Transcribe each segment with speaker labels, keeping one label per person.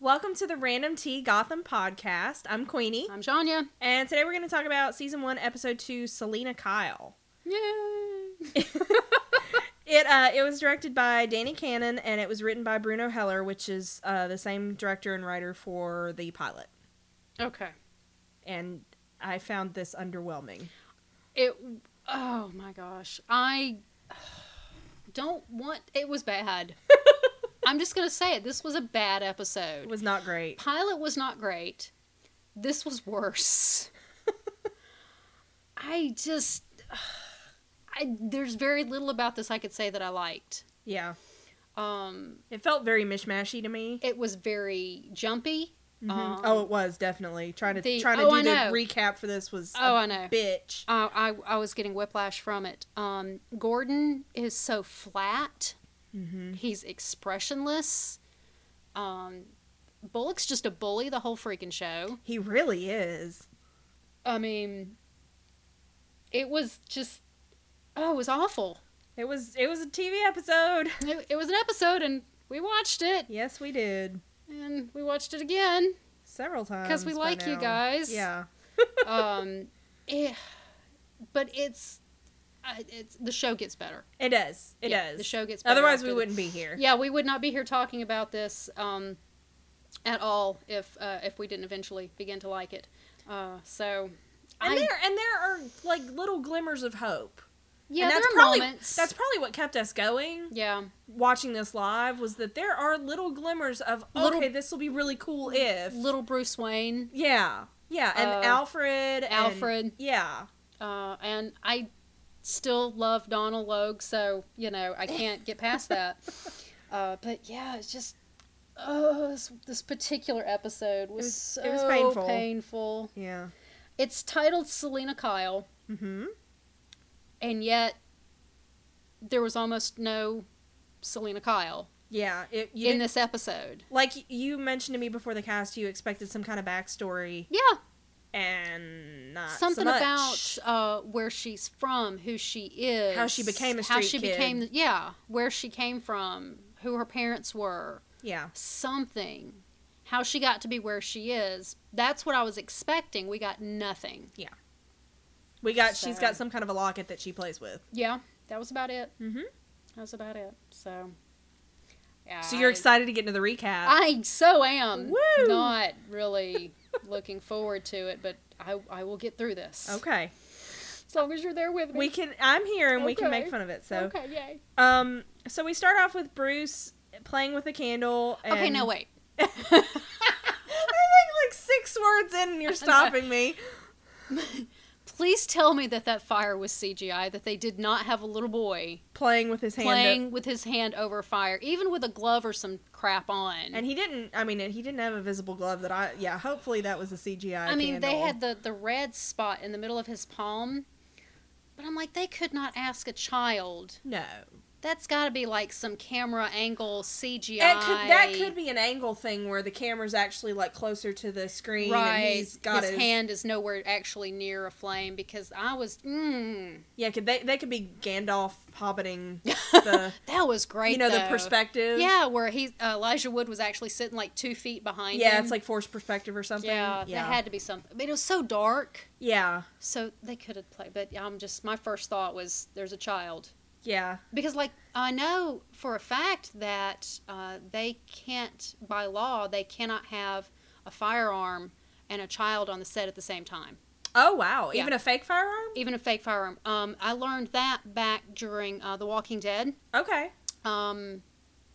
Speaker 1: Welcome to the Random Tea Gotham podcast. I'm Queenie,
Speaker 2: I'm Janya.
Speaker 1: and today we're going to talk about season one, episode two, Selena Kyle.
Speaker 2: Yay!
Speaker 1: It uh, it was directed by Danny Cannon and it was written by Bruno Heller, which is uh, the same director and writer for the pilot.
Speaker 2: okay.
Speaker 1: And I found this underwhelming.
Speaker 2: It. Oh my gosh. I don't want. It was bad. I'm just gonna say it. This was a bad
Speaker 1: It
Speaker 2: episode.
Speaker 1: was not great.
Speaker 2: Pilot was not great. This was worse. I just. I, there's very little about this I could say that I liked.
Speaker 1: Yeah,
Speaker 2: Um,
Speaker 1: it felt very mishmashy to me.
Speaker 2: it was very jumpy.
Speaker 1: Mhm.
Speaker 2: Um,
Speaker 1: oh, it was definitely trying to
Speaker 2: the-
Speaker 1: trying to
Speaker 2: oh,
Speaker 1: do
Speaker 2: I
Speaker 1: the
Speaker 2: know.
Speaker 1: recap for this was
Speaker 2: Oh,
Speaker 1: a
Speaker 2: I know.
Speaker 1: bitch.
Speaker 2: I, I I was getting whiplash from it. Um, Gordon is so flat.
Speaker 1: Mm-hmm.
Speaker 2: He's expressionless. Um, Bullock's just a bully the whole freaking show.
Speaker 1: He really is.
Speaker 2: I mean, it was just oh, it was awful.
Speaker 1: It was it was a TV episode.
Speaker 2: It, it was an episode, and we watched it,
Speaker 1: Yes, we did
Speaker 2: and we watched it again.
Speaker 1: several times
Speaker 2: we
Speaker 1: by
Speaker 2: like you
Speaker 1: now.
Speaker 2: guys.
Speaker 1: Yeah,
Speaker 2: um, eh, but it's I- it's the show gets better.
Speaker 1: it does. It
Speaker 2: Yeah,
Speaker 1: does.
Speaker 2: The show gets better.
Speaker 1: Otherwise,
Speaker 2: after
Speaker 1: we
Speaker 2: the-
Speaker 1: wouldn't be here.
Speaker 2: Yeah, we would not be here talking about this um, at all if uh, if we didn't eventually begin to like it. Uh, so,
Speaker 1: And
Speaker 2: I,
Speaker 1: there and there are like little glimmers of hope.
Speaker 2: yeah,
Speaker 1: and
Speaker 2: there
Speaker 1: that's
Speaker 2: are
Speaker 1: probably
Speaker 2: moments.
Speaker 1: that's probably what kept us going
Speaker 2: yeah,
Speaker 1: watching this live was that there are little glimmers of
Speaker 2: Little-
Speaker 1: okay, this will be really cool if
Speaker 2: little Bruce Wayne,
Speaker 1: yeah yeah and
Speaker 2: Uh,
Speaker 1: Alfred and-
Speaker 2: Alfred.
Speaker 1: yeah
Speaker 2: uh, and I still love Donald Logue, so you know I can't get past that. Uh, but yeah, it's just oh, this, this particular episode was,
Speaker 1: was-
Speaker 2: so
Speaker 1: it was painful.
Speaker 2: painful.
Speaker 1: yeah
Speaker 2: It's titled Selena Kyle.
Speaker 1: mm-hmm
Speaker 2: and yet there was almost no Selena Kyle
Speaker 1: yeah it, you
Speaker 2: in
Speaker 1: didn't-
Speaker 2: this episode.
Speaker 1: like you mentioned to me before the cast you expected some kind of backstory
Speaker 2: Yeah,
Speaker 1: and not so
Speaker 2: something
Speaker 1: much.
Speaker 2: about uh, where she's from, who she is,
Speaker 1: How she became a
Speaker 2: how
Speaker 1: street
Speaker 2: she
Speaker 1: kid.
Speaker 2: became, yeah, where she came from, who her parents were,
Speaker 1: yeah
Speaker 2: something, how she got to be where she is. That's what I was expecting. We got nothing.
Speaker 1: we got she's
Speaker 2: So-
Speaker 1: got some kind of a locket that she plays with
Speaker 2: Yeah, that was about it.
Speaker 1: mm-hmm
Speaker 2: That was about it. So, yeah,
Speaker 1: so you're
Speaker 2: I-
Speaker 1: excited to get into the recap
Speaker 2: I so am
Speaker 1: Woo!
Speaker 2: not really looking forward to it, but I, I will get through this.
Speaker 1: okay
Speaker 2: As long as you're there with me.
Speaker 1: we can i'm here and we can make
Speaker 2: Okay.
Speaker 1: fun of it so
Speaker 2: Okay, yay.
Speaker 1: Um, so we start off with Bruce playing with a candle. And
Speaker 2: Okay, no, wait.
Speaker 1: I think like six words in, and you're stopping me.
Speaker 2: Please tell me that that fire was CGI, that they did not have a little boy
Speaker 1: Playing with his hand, up-
Speaker 2: playing with his hand over a fire, even with a glove or some crap on.
Speaker 1: and he didn't. I mean, he didn't have a visible glove. That I, yeah. Hopefully, that was a CGI.
Speaker 2: I mean, they
Speaker 1: candle.
Speaker 2: had the, the red spot in the middle of his palm, but I'm like, they could not ask a child.
Speaker 1: no.
Speaker 2: That's got to be like some camera angle CGI.
Speaker 1: And could, that could be an angle thing where the camera's actually like closer to the screen, and he's got
Speaker 2: his,
Speaker 1: his,
Speaker 2: hand is nowhere actually near a flame because I was. Mm,
Speaker 1: Yeah, could they? They could be Gandalf hobbiting the,
Speaker 2: that was great.
Speaker 1: you know, the
Speaker 2: though.
Speaker 1: perspective.
Speaker 2: Yeah, where he uh, Elijah Wood was actually sitting like two feet behind.
Speaker 1: Yeah,
Speaker 2: him.
Speaker 1: it's like forced perspective or something.
Speaker 2: yeah,
Speaker 1: yeah.
Speaker 2: that had to be something. But it was so dark,
Speaker 1: yeah,
Speaker 2: so they could have played. But I'm just my first thought was there's a child
Speaker 1: yeah.
Speaker 2: because like I know for a fact that uh, they can't by law they cannot have a firearm and a child on the set at the same time.
Speaker 1: Oh wow!
Speaker 2: Yeah.
Speaker 1: Even a fake firearm?
Speaker 2: even a fake firearm. Um, I learned that back during uh, The Walking Dead.
Speaker 1: Okay.
Speaker 2: Um,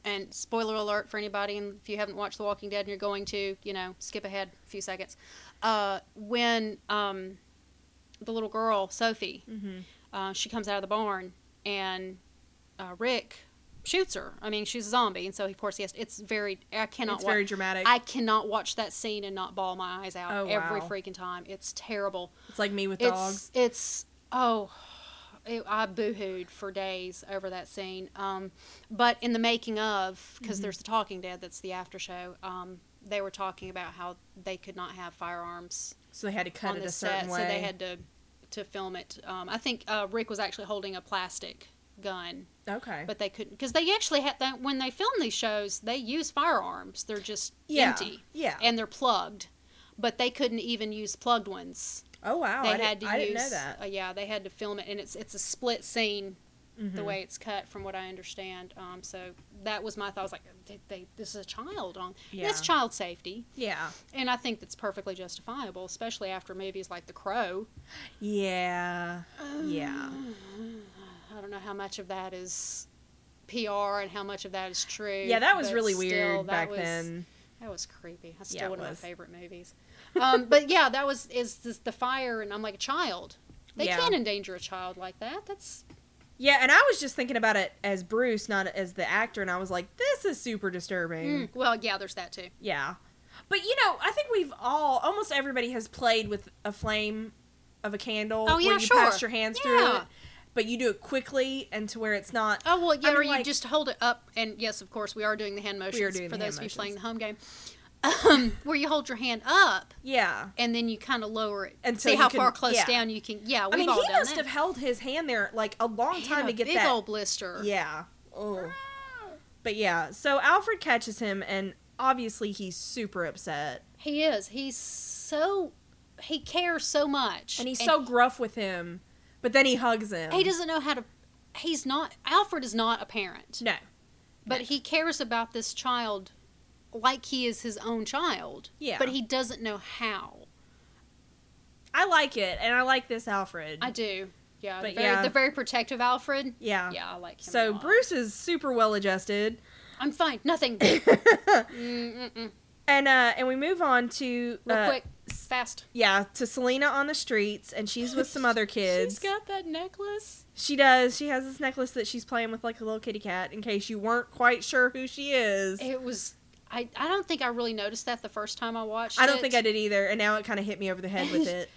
Speaker 2: and spoiler alert for anybody, and if you haven't watched The Walking Dead and you're going to, you know, skip ahead a few seconds. Uh, when um, the little girl Sophie,
Speaker 1: Mm-hmm.
Speaker 2: uh, she comes out of the barn and uh, Rick shoots her. I mean, she's a zombie, and so of course he has. It's very. I cannot.
Speaker 1: It's
Speaker 2: wa-
Speaker 1: very dramatic.
Speaker 2: I cannot watch that scene and not bawl my eyes out
Speaker 1: Oh,
Speaker 2: every
Speaker 1: wow.
Speaker 2: freaking time. It's terrible
Speaker 1: it's like me with
Speaker 2: it's,
Speaker 1: dogs.
Speaker 2: It's oh, it, I boohooed for days over that scene. Um, but in the making of,
Speaker 1: Mm-hmm.
Speaker 2: because there's the Talking Dead, that's the after show. Um, they were talking about how they could not have firearms
Speaker 1: So they had to cut
Speaker 2: on
Speaker 1: it
Speaker 2: the
Speaker 1: a
Speaker 2: set,
Speaker 1: certain way.
Speaker 2: so they had to to film it. Um, I think uh, Rick was actually holding a plastic gun,
Speaker 1: Okay.
Speaker 2: but they couldn't because they actually had that when they film these shows. They use firearms. They're just
Speaker 1: yeah.
Speaker 2: empty
Speaker 1: Yeah.
Speaker 2: and they're plugged, but they couldn't even use plugged ones.
Speaker 1: oh wow.
Speaker 2: they
Speaker 1: I,
Speaker 2: had
Speaker 1: had
Speaker 2: to
Speaker 1: I
Speaker 2: use.
Speaker 1: didn't know that.
Speaker 2: uh, yeah, they had to film it, and it's it's a split scene
Speaker 1: Mm-hmm.
Speaker 2: the way it's cut, from what I understand. Um, so that was my thought. I was like, they, they, this is a child on.
Speaker 1: Yeah.
Speaker 2: It's child safety,
Speaker 1: Yeah.
Speaker 2: and I think that's perfectly justifiable, especially after movies like The Crow.
Speaker 1: Yeah. Yeah.
Speaker 2: I don't know how much of that is PR and how much of that is true.
Speaker 1: Yeah, that was
Speaker 2: but
Speaker 1: really
Speaker 2: still,
Speaker 1: weird
Speaker 2: that
Speaker 1: back
Speaker 2: was-
Speaker 1: then.
Speaker 2: That was creepy. That's still
Speaker 1: Yeah, it
Speaker 2: one of my
Speaker 1: was.
Speaker 2: favorite movies. Um, but yeah, that was is this, the fire, and I'm like a child. They
Speaker 1: Yeah.
Speaker 2: can't endanger a child like that. That's
Speaker 1: Yeah, and I was just thinking about it as Bruce, not as the actor, and I was like, this is super disturbing.
Speaker 2: Mm, well, yeah, there's that too.
Speaker 1: Yeah. But you know, I think we've all almost everybody has played with a flame of a candle
Speaker 2: Oh, yeah,
Speaker 1: where you
Speaker 2: sure.
Speaker 1: pass your hands through
Speaker 2: Yeah.
Speaker 1: it. But you do it quickly and to where it's not
Speaker 2: Oh well, yeah.
Speaker 1: mean,
Speaker 2: or you
Speaker 1: like-
Speaker 2: just hold it up, and yes, of course, we are doing the hand motions
Speaker 1: doing
Speaker 2: for
Speaker 1: the hand
Speaker 2: those of you playing the home game, Um, where you hold your hand up
Speaker 1: Yeah.
Speaker 2: and then you kind of lower it and
Speaker 1: Until
Speaker 2: see
Speaker 1: you
Speaker 2: how
Speaker 1: can-
Speaker 2: far close
Speaker 1: yeah.
Speaker 2: down you can. Yeah, we've
Speaker 1: I mean,
Speaker 2: all
Speaker 1: he
Speaker 2: done
Speaker 1: must have
Speaker 2: that.
Speaker 1: held his hand there like a long
Speaker 2: He
Speaker 1: time
Speaker 2: had
Speaker 1: to
Speaker 2: a
Speaker 1: get
Speaker 2: big
Speaker 1: that.
Speaker 2: old blister.
Speaker 1: Yeah. Oh. But yeah, so Alfred catches him and obviously he's super upset.
Speaker 2: He is. He's so he cares so much,
Speaker 1: And he's so gruff with him, but then he hugs him.
Speaker 2: he doesn't know how to. He's not Alfred is not a parent,
Speaker 1: No.
Speaker 2: but he cares about this child like he is his own child.
Speaker 1: Yeah.
Speaker 2: but he doesn't know how.
Speaker 1: I like it and I like this Alfred.
Speaker 2: I do. Yeah,
Speaker 1: Mm-hmm. But
Speaker 2: the very,
Speaker 1: yeah.
Speaker 2: the very protective Alfred.
Speaker 1: yeah.
Speaker 2: Yeah, I like him. a
Speaker 1: So
Speaker 2: lot.
Speaker 1: Bruce is super well adjusted.
Speaker 2: I'm fine. Nothing. Mm-mm-mm.
Speaker 1: And uh and we move on to
Speaker 2: Real
Speaker 1: uh,
Speaker 2: quick, fast.
Speaker 1: Yeah, to Selena on the streets and she's with some other kids.
Speaker 2: She's got that necklace.
Speaker 1: She does. She has this necklace that she's playing with like a little kitty cat in case you weren't quite sure who she is.
Speaker 2: It was. I, I don't think I really noticed that the first time I watched.
Speaker 1: I don't
Speaker 2: it.
Speaker 1: think I did either, and now it kind of hit me over the head with it.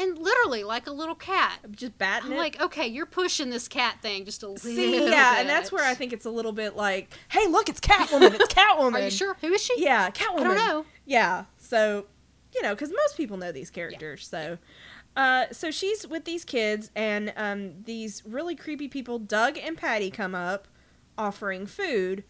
Speaker 2: And literally, like a little cat.
Speaker 1: I'm just batting
Speaker 2: I'm
Speaker 1: it.
Speaker 2: like, okay, you're pushing this cat thing just a little.
Speaker 1: See, yeah, and that's where I think it's a little bit like, hey, look, it's Catwoman. It's Catwoman.
Speaker 2: Are you sure? Who is she?
Speaker 1: Yeah,
Speaker 2: I
Speaker 1: Catwoman.
Speaker 2: don't know.
Speaker 1: Yeah. So, you know, because most people know these characters. So, uh, so she's with these kids, and um, these really creepy people, Doug and Patty, come up offering food,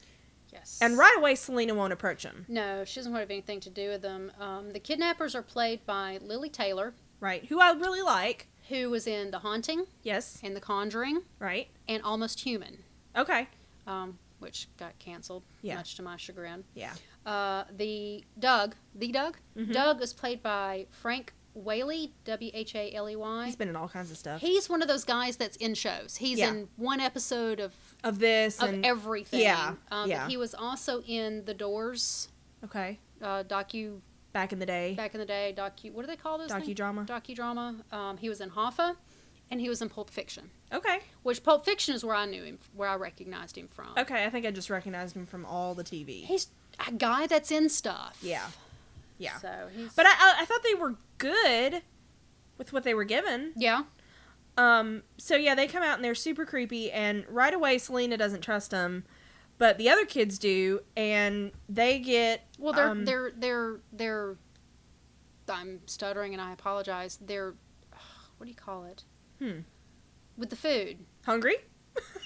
Speaker 2: Yes.
Speaker 1: and right away, Selena won't approach them.
Speaker 2: No, she doesn't want to have anything to do with them. Um, the kidnappers are played by Lily Taylor,
Speaker 1: Right. Who I really like.
Speaker 2: who was in The Haunting
Speaker 1: Yes.
Speaker 2: and The Conjuring
Speaker 1: Right.
Speaker 2: and Almost Human.
Speaker 1: Okay.
Speaker 2: um, which got canceled,
Speaker 1: Yeah.
Speaker 2: much to my chagrin.
Speaker 1: Yeah.
Speaker 2: Uh, the Doug, the Doug,
Speaker 1: Mhm.
Speaker 2: Doug is played by Frank Whaley, W H A L E Y.
Speaker 1: He's been in all kinds of stuff.
Speaker 2: He's one of those guys that's in shows. He's
Speaker 1: Yeah.
Speaker 2: in one episode of
Speaker 1: Of this
Speaker 2: of
Speaker 1: and
Speaker 2: everything.
Speaker 1: yeah,
Speaker 2: Um, but
Speaker 1: yeah.
Speaker 2: He was also in the Doors
Speaker 1: okay,
Speaker 2: uh, docu
Speaker 1: back in the day,
Speaker 2: back in the day. Docu, what do they call those? things?
Speaker 1: docudrama.
Speaker 2: Docudrama. Um, he was in Hoffa, and he was in Pulp Fiction.
Speaker 1: Okay.
Speaker 2: Which Pulp Fiction is where I knew him, where I recognized him from.
Speaker 1: Okay, I think I just recognized him from all the TV.
Speaker 2: He's a guy that's in stuff.
Speaker 1: Yeah. Yeah.
Speaker 2: So he's.
Speaker 1: But I, I, I thought they were good with what they were given.
Speaker 2: yeah,
Speaker 1: Um, so yeah, they come out and they're super creepy, and right away Selena doesn't trust them, but the other kids do, and they get
Speaker 2: well, they're
Speaker 1: um,
Speaker 2: they're they're they're. I'm stuttering and I apologize. They're, what do you call it?
Speaker 1: Hmm.
Speaker 2: With the food,
Speaker 1: hungry.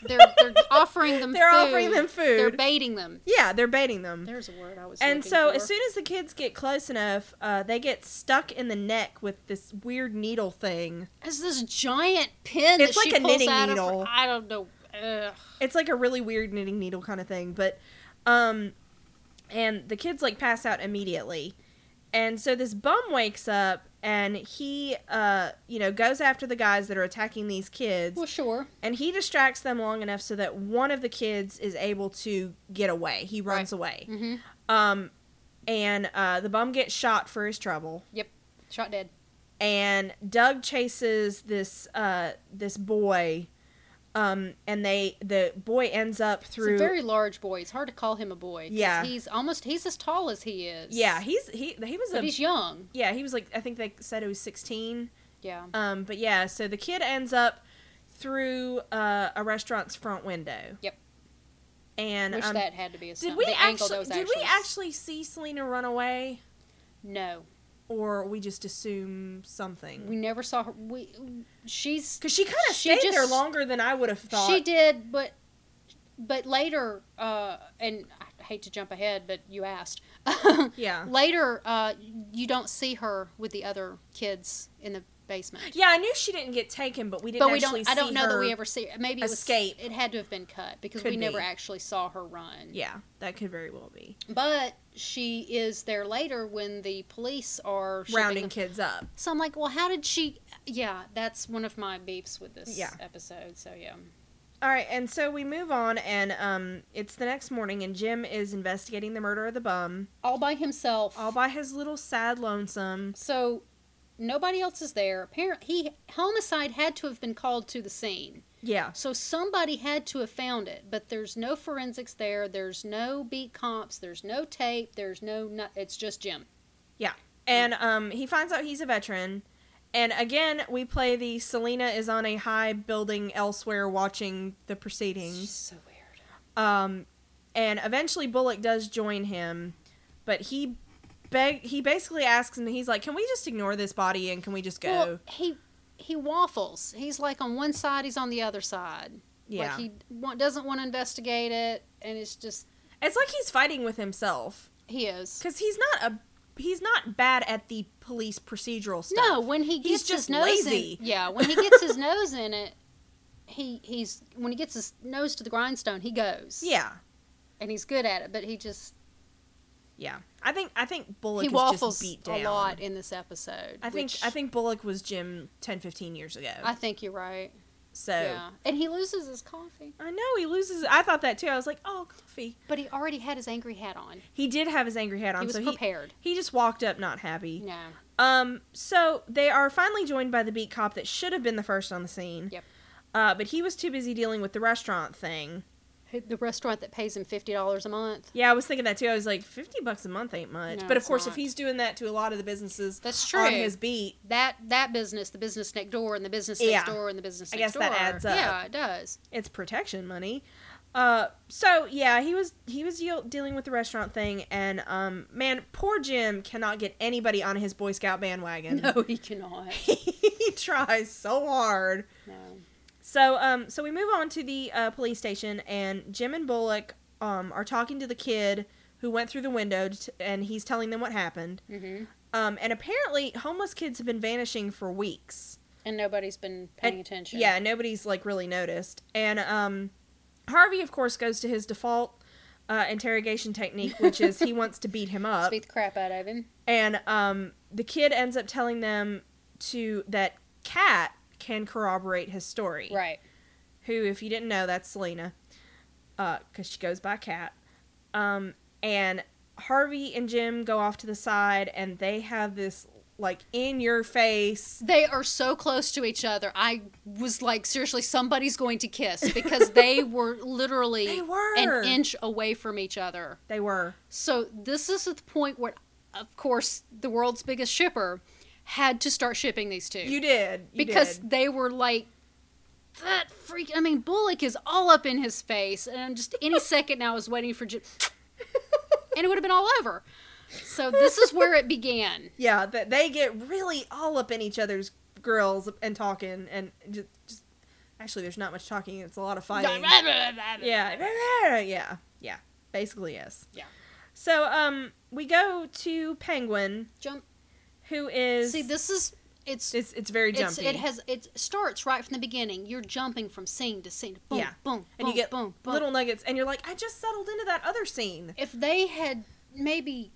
Speaker 2: they're they're offering them.
Speaker 1: They're
Speaker 2: food.
Speaker 1: offering them food.
Speaker 2: They're baiting them.
Speaker 1: yeah, they're baiting them.
Speaker 2: There's a word I was.
Speaker 1: and
Speaker 2: looking
Speaker 1: so
Speaker 2: for.
Speaker 1: as soon as the kids get close enough, uh, they get stuck in the neck with this weird needle thing.
Speaker 2: it's this giant pin.
Speaker 1: It's
Speaker 2: that she
Speaker 1: like a
Speaker 2: pulls
Speaker 1: knitting
Speaker 2: out of her-
Speaker 1: needle.
Speaker 2: I don't know. Ugh.
Speaker 1: It's like a really weird knitting needle kind of thing, but um and the kids like pass out immediately. And so this bum wakes up and he uh you know goes after the guys that are attacking these kids
Speaker 2: Well, sure.
Speaker 1: and he distracts them long enough so that one of the kids is able to get away. He runs away.
Speaker 2: Mm-hmm.
Speaker 1: Um and uh the bum gets shot for his trouble.
Speaker 2: Shot dead.
Speaker 1: and Doug chases this uh this boy um and they the boy ends up through
Speaker 2: He's a very large boy. It's hard to call him a boy. 'cause
Speaker 1: Yeah.
Speaker 2: He's almost. He's as tall as he is.
Speaker 1: yeah he's he he was
Speaker 2: But
Speaker 1: a
Speaker 2: he's young.
Speaker 1: yeah he was like I think they said he was 16
Speaker 2: Yeah.
Speaker 1: um but yeah so the kid ends up through uh, a restaurant's front window
Speaker 2: Yep.
Speaker 1: and
Speaker 2: Wish
Speaker 1: um,
Speaker 2: that had to be a stunt.
Speaker 1: did we
Speaker 2: the angle
Speaker 1: actually
Speaker 2: that was
Speaker 1: did
Speaker 2: actually
Speaker 1: we actually see Selena run away
Speaker 2: no.
Speaker 1: or we just assume something.
Speaker 2: We never saw her. We she's
Speaker 1: Because she kind of
Speaker 2: She
Speaker 1: stayed there
Speaker 2: just-
Speaker 1: longer than I would have thought.
Speaker 2: She did, but but later, uh, and I hate to jump ahead, but you asked.
Speaker 1: Yeah.
Speaker 2: Later, uh, you don't see her with the other kids in the basement.
Speaker 1: Yeah, I knew she didn't get taken, but we didn't
Speaker 2: But we
Speaker 1: actually
Speaker 2: don't. I don't
Speaker 1: see
Speaker 2: know that
Speaker 1: her-
Speaker 2: we ever see. Maybe it was,
Speaker 1: escape.
Speaker 2: It had to have been cut because
Speaker 1: Could
Speaker 2: we never
Speaker 1: be.
Speaker 2: actually saw her run.
Speaker 1: Yeah, that could very well be.
Speaker 2: But she is there later when the police are shipping
Speaker 1: Rounding
Speaker 2: them.
Speaker 1: kids up.
Speaker 2: So I'm like, well, how did she? Yeah, that's one of my beeps with this
Speaker 1: Yeah.
Speaker 2: episode. So yeah.
Speaker 1: All right, and so we move on, and um, it's the next morning, and Jim is investigating the murder of the bum
Speaker 2: all by himself.
Speaker 1: all by his little sad lonesome.
Speaker 2: so nobody else is there. Apparently, he homicide had to have been called to the scene.
Speaker 1: Yeah,
Speaker 2: So somebody had to have found it, but there's no forensics there. There's no beat comps. There's no tape. There's no. no it's just Jim.
Speaker 1: and um, he finds out he's a veteran, and again we play the Selena is on a high building elsewhere watching the
Speaker 2: It's
Speaker 1: proceedings.
Speaker 2: so weird.
Speaker 1: Um, and eventually Bullock does join him, but he beg he basically asks him. He's like, "Can we just ignore this body and can we just go?"
Speaker 2: Well, he he waffles. He's like on one side. He's on the other side.
Speaker 1: yeah,
Speaker 2: Like he wa- doesn't want to investigate it, and it's just
Speaker 1: it's like he's fighting with himself
Speaker 2: he is.
Speaker 1: because he's not a he's not bad at the police procedural stuff.
Speaker 2: No, when he
Speaker 1: He's
Speaker 2: gets
Speaker 1: just
Speaker 2: his nose
Speaker 1: lazy.
Speaker 2: in, yeah, when he gets his nose in it, he he's when he gets his nose to the grindstone, he goes.
Speaker 1: Yeah,
Speaker 2: and he's good at it, but he just
Speaker 1: yeah. I think I think Bullock
Speaker 2: he
Speaker 1: is
Speaker 2: waffles
Speaker 1: just beat down.
Speaker 2: a lot in this episode.
Speaker 1: I think
Speaker 2: which
Speaker 1: I think Bullock was Jim 10, 15 years ago.
Speaker 2: I think you're right.
Speaker 1: so
Speaker 2: Yeah, and he loses his coffee,
Speaker 1: I know he loses. I thought that too. I was like, oh, coffee.
Speaker 2: but he already had his angry hat on.
Speaker 1: He did have his angry hat on,
Speaker 2: He was
Speaker 1: Um, so he
Speaker 2: prepared.
Speaker 1: he just walked up not happy.
Speaker 2: no,
Speaker 1: Um, so they are finally joined by the beat cop that should have been the first on the scene.
Speaker 2: Yep.
Speaker 1: Uh, but he was too busy dealing with the restaurant thing.
Speaker 2: the restaurant that pays him fifty dollars a month.
Speaker 1: Yeah, I was thinking that too. I was like, fifty bucks a month ain't much.
Speaker 2: No,
Speaker 1: but of
Speaker 2: it's
Speaker 1: course, if
Speaker 2: not.
Speaker 1: he's doing that to a lot of the businesses
Speaker 2: That's true.
Speaker 1: on his beat,
Speaker 2: that that business, the business next door, and the business next
Speaker 1: Yeah.
Speaker 2: door, and the business
Speaker 1: I
Speaker 2: next
Speaker 1: guess that
Speaker 2: door.
Speaker 1: adds up.
Speaker 2: Yeah, it does.
Speaker 1: it's protection money. Uh, so yeah, he was he was deal- dealing with the restaurant thing, and um, man, poor Jim cannot get anybody on his Boy Scout bandwagon.
Speaker 2: No, he cannot.
Speaker 1: he tries so hard.
Speaker 2: No.
Speaker 1: So um so we move on to the uh, police station and Jim and Bullock um are talking to the kid who went through the window t- and he's telling them what happened.
Speaker 2: hmm
Speaker 1: Um and apparently homeless kids have been vanishing for weeks.
Speaker 2: And nobody's been paying
Speaker 1: And-
Speaker 2: attention.
Speaker 1: Yeah, nobody's like really noticed. And um Harvey of course goes to his default uh, interrogation technique which is he wants to beat him up
Speaker 2: Beat the crap out of him.
Speaker 1: and um the kid ends up telling them to that Cat can corroborate his story
Speaker 2: Right.
Speaker 1: who, if you didn't know, that's Selena, because she goes by Cat. Um, and Harvey and Jim go off to the side, and they have this like in your face.
Speaker 2: They are so close to each other. I was like, seriously, somebody's going to kiss because they were literally
Speaker 1: They were.
Speaker 2: an inch away from each other.
Speaker 1: They were.
Speaker 2: So this is at the point where, of course, the world's biggest shipper had to start shipping these two
Speaker 1: You did you
Speaker 2: because
Speaker 1: did.
Speaker 2: they were like. That freak! I mean, Bullock is all up in his face, and I'm just any second now is waiting for, Jim, and it would have been all over. So this is where it began.
Speaker 1: yeah, that they get really all up in each other's grills and talking, and just, just actually, there's not much talking. It's a lot of fighting. yeah, yeah, yeah. Basically, yes.
Speaker 2: Yeah.
Speaker 1: So, um, we go to Penguin,
Speaker 2: Jump.
Speaker 1: who is
Speaker 2: See, this is it's
Speaker 1: It's it's very
Speaker 2: it's,
Speaker 1: jumpy.
Speaker 2: it has it starts right from the beginning. You're jumping from scene to scene. Boom,
Speaker 1: Yeah.
Speaker 2: boom,
Speaker 1: and
Speaker 2: boom,
Speaker 1: you get
Speaker 2: boom, boom.
Speaker 1: little nuggets, and you're like, I just settled into that other scene.
Speaker 2: If they had maybe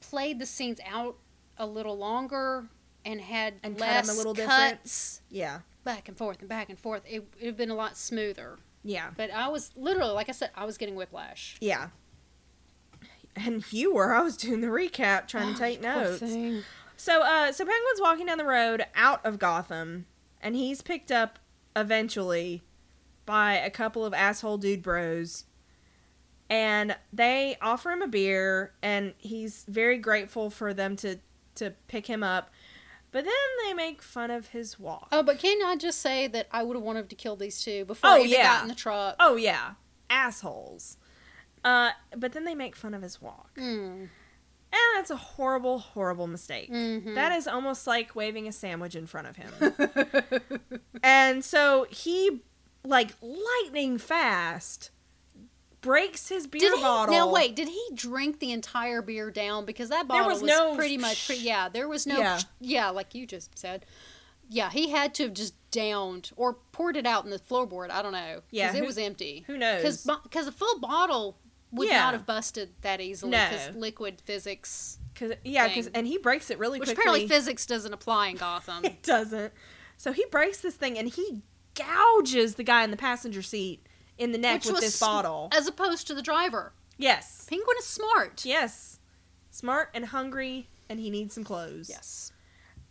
Speaker 2: played the scenes out a little longer and had
Speaker 1: And cut 'em
Speaker 2: less
Speaker 1: a little different.
Speaker 2: cuts
Speaker 1: Yeah,
Speaker 2: back and forth and back and forth, it would have been a lot smoother.
Speaker 1: yeah,
Speaker 2: But I was literally, like I said, I was getting whiplash.
Speaker 1: yeah. And you were. I was doing the recap, trying to take
Speaker 2: Poor
Speaker 1: notes.
Speaker 2: thing.
Speaker 1: So, uh, so Penguin's walking down the road out of Gotham, and he's picked up eventually by a couple of asshole dude bros, and they offer him a beer, and he's very grateful for them to to pick him up. But then they make fun of his walk.
Speaker 2: Oh, but can I just say that I would have wanted to kill these two before
Speaker 1: Oh,
Speaker 2: I even
Speaker 1: yeah.
Speaker 2: got in the truck?
Speaker 1: Oh yeah, assholes. Uh, but then they make fun of his walk,
Speaker 2: Mm.
Speaker 1: and that's a horrible, horrible mistake.
Speaker 2: Mhm.
Speaker 1: That is almost like waving a sandwich in front of him. and so he, like lightning fast, breaks his beer
Speaker 2: Did he,
Speaker 1: bottle.
Speaker 2: now wait, did he drink the entire beer down? Because that
Speaker 1: There
Speaker 2: bottle
Speaker 1: was
Speaker 2: was,
Speaker 1: no
Speaker 2: pretty much, pre- yeah, there was no,
Speaker 1: Yeah.
Speaker 2: yeah. like you just said, yeah, he had to have just downed or poured it out in the floorboard. I don't know,
Speaker 1: Yeah,
Speaker 2: because
Speaker 1: who-
Speaker 2: it was empty.
Speaker 1: Who knows?
Speaker 2: Because because a full bottle would
Speaker 1: Yeah.
Speaker 2: not have busted that easily. Because
Speaker 1: No.
Speaker 2: liquid physics,
Speaker 1: Cause, yeah, because
Speaker 2: Dang.
Speaker 1: and he breaks it really
Speaker 2: which
Speaker 1: quickly.
Speaker 2: apparently physics doesn't apply in Gotham.
Speaker 1: it doesn't. So he breaks this thing and he gouges the guy in the passenger seat in the neck
Speaker 2: Which
Speaker 1: with
Speaker 2: was
Speaker 1: this
Speaker 2: sm-
Speaker 1: bottle.
Speaker 2: as opposed to the driver.
Speaker 1: yes.
Speaker 2: Penguin is smart.
Speaker 1: Yes. Smart and hungry and he needs some clothes.
Speaker 2: Yes.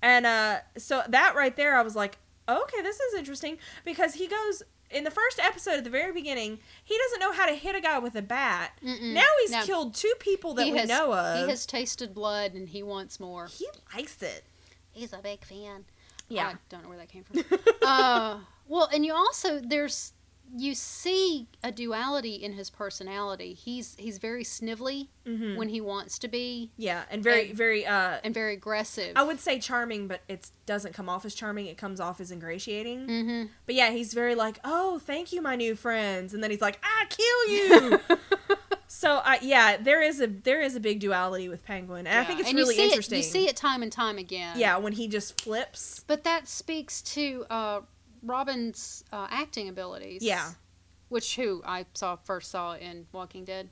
Speaker 1: And uh so that right there I was like, "Okay, this is interesting because he goes in the first episode at the very beginning, he doesn't know how to hit a guy with a bat.
Speaker 2: Mm-mm.
Speaker 1: Now he's
Speaker 2: No.
Speaker 1: killed two people that
Speaker 2: he
Speaker 1: we
Speaker 2: has,
Speaker 1: know of.
Speaker 2: He has tasted blood and he wants more.
Speaker 1: He likes it.
Speaker 2: He's a big fan. I
Speaker 1: Yeah.
Speaker 2: don't know where that came from. uh, well, and you also there's you see a duality in his personality. He's he's very snivelly
Speaker 1: Mhm.
Speaker 2: when he wants to be
Speaker 1: yeah, and very
Speaker 2: and-
Speaker 1: very uh
Speaker 2: and very aggressive.
Speaker 1: I would say charming, but it doesn't come off as charming. It comes off as ingratiating.
Speaker 2: hmm
Speaker 1: But yeah, he's very like, "Oh, thank you, my new friends," and then he's like, "I kill you." so, I yeah, there is a there is a big duality with Penguin, and I think it's
Speaker 2: and
Speaker 1: really
Speaker 2: you see
Speaker 1: interesting.
Speaker 2: It, you see it time and time again.
Speaker 1: yeah, when he just flips.
Speaker 2: But that speaks to uh, Robin's uh, acting abilities.
Speaker 1: Yeah.
Speaker 2: Which who I saw first saw in Walking Dead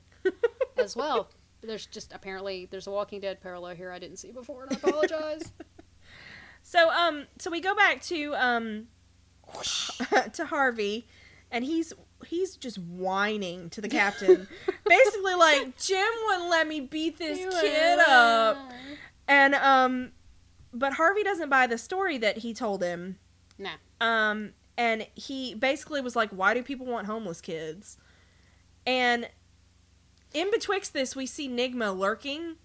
Speaker 2: as well. There's just apparently there's a Walking Dead parallel here I didn't see before, and I apologize.
Speaker 1: So, um, so we go back to um to Harvey, and he's he's just whining to the captain, basically like, "Jim wouldn't let me beat this kid up." And um but Harvey doesn't buy the story that he told him.
Speaker 2: Nah.
Speaker 1: Um and he basically was like, Why do people want homeless kids? And in betwixt this we see Nigma lurking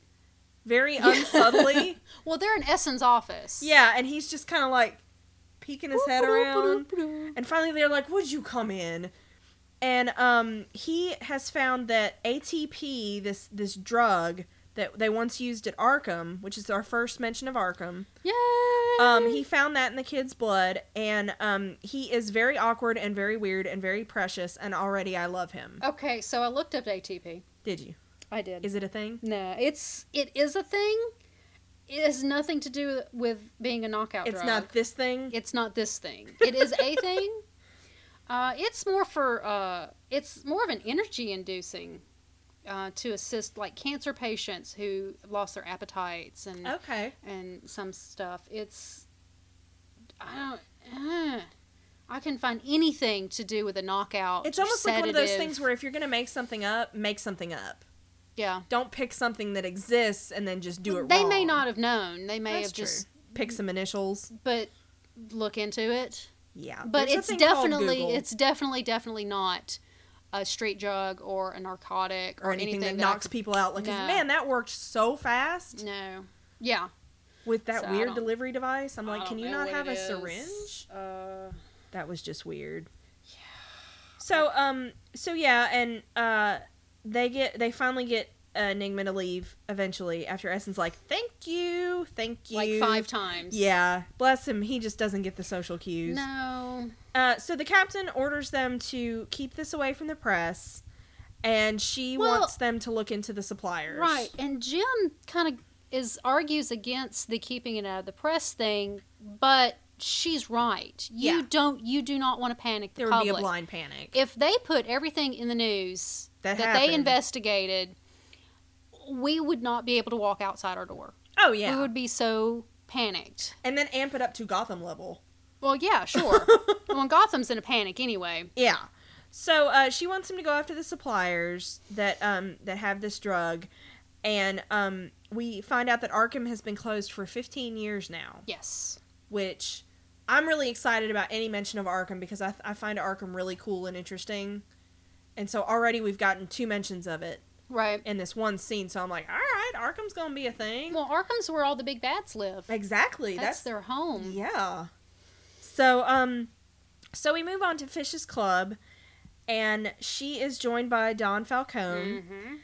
Speaker 1: very unsubtly.
Speaker 2: Well, they're in Essen's office.
Speaker 1: yeah, and he's just kinda like peeking his head around. And finally they're like, Would you come in? And um he has found that ATP, this this drug that they once used at Arkham, which is our first mention of Arkham.
Speaker 2: Yay!
Speaker 1: Um, he found that in the kid's blood, and um, he is very awkward and very weird and very precious. And already, I love him.
Speaker 2: Okay, so I looked up ATP.
Speaker 1: Did you?
Speaker 2: I did.
Speaker 1: Is it a thing?
Speaker 2: no, it's it is a thing. It has nothing to do with being a knockout
Speaker 1: It's
Speaker 2: drug.
Speaker 1: not this thing.
Speaker 2: it's not this thing. It is a thing. Uh, it's more for uh, it's more of an energy inducing uh, to assist like cancer patients who lost their appetites and
Speaker 1: Okay.
Speaker 2: and some stuff. It's I don't. Uh, I can find anything to do with a knockout.
Speaker 1: It's
Speaker 2: or
Speaker 1: almost like one of those
Speaker 2: sedative.
Speaker 1: things where if you're gonna make something up, make something up.
Speaker 2: yeah
Speaker 1: Don't pick something that exists and then just do it.
Speaker 2: they may
Speaker 1: wrong.
Speaker 2: not have known. They may
Speaker 1: That's
Speaker 2: have just
Speaker 1: true. pick some initials.
Speaker 2: but look into it.
Speaker 1: Yeah,
Speaker 2: But
Speaker 1: Uh, There's a
Speaker 2: it's
Speaker 1: thing called
Speaker 2: definitely
Speaker 1: Google
Speaker 2: it's definitely definitely not a street drug or a narcotic or,
Speaker 1: or anything, that
Speaker 2: I
Speaker 1: knocks people out. Like, 'cause,
Speaker 2: No.
Speaker 1: man, that worked so fast
Speaker 2: could- No. Yeah.
Speaker 1: with that
Speaker 2: So I
Speaker 1: weird
Speaker 2: don't-
Speaker 1: delivery device. I'm
Speaker 2: I
Speaker 1: like, can
Speaker 2: don't
Speaker 1: you
Speaker 2: know
Speaker 1: not
Speaker 2: what
Speaker 1: have a
Speaker 2: it is.
Speaker 1: syringe?
Speaker 2: Uh,
Speaker 1: that was just weird. So um so yeah and uh they get they finally get uh, Enigma to leave eventually after Essen's like thank you thank you
Speaker 2: like five times.
Speaker 1: yeah bless him he just doesn't get the social cues
Speaker 2: No.
Speaker 1: uh so the captain orders them to keep this away from the press and she
Speaker 2: Well-
Speaker 1: wants them to look into the suppliers
Speaker 2: Right, and Jim kind of is argues against the keeping it out of the press thing, but she's right. You
Speaker 1: Yeah.
Speaker 2: don't. You do not want to panic the
Speaker 1: there would
Speaker 2: public.
Speaker 1: be a blind panic
Speaker 2: If they put everything in the news
Speaker 1: That
Speaker 2: that,
Speaker 1: happened.
Speaker 2: they investigated, we would not be able to walk outside our door.
Speaker 1: oh yeah
Speaker 2: We would be so panicked.
Speaker 1: and then amp it up to Gotham level
Speaker 2: Well, yeah, sure. well, and Gotham's in a panic anyway.
Speaker 1: Yeah. So uh, she wants him to go after the suppliers that um, that have this drug, and um, we find out that Arkham has been closed for 15 years now,
Speaker 2: Yes.
Speaker 1: which I'm really excited about any mention of Arkham because I, I find Arkham really cool and interesting, and so already we've gotten two mentions of it
Speaker 2: Right.
Speaker 1: in this one scene. So I'm like, all right, Arkham's gonna be a thing.
Speaker 2: Well, Arkham's where all the big bats live.
Speaker 1: exactly.
Speaker 2: That's, their home.
Speaker 1: Yeah. So um so we move on to Fish's Club and she is joined by Don Falcone
Speaker 2: Mm-hmm.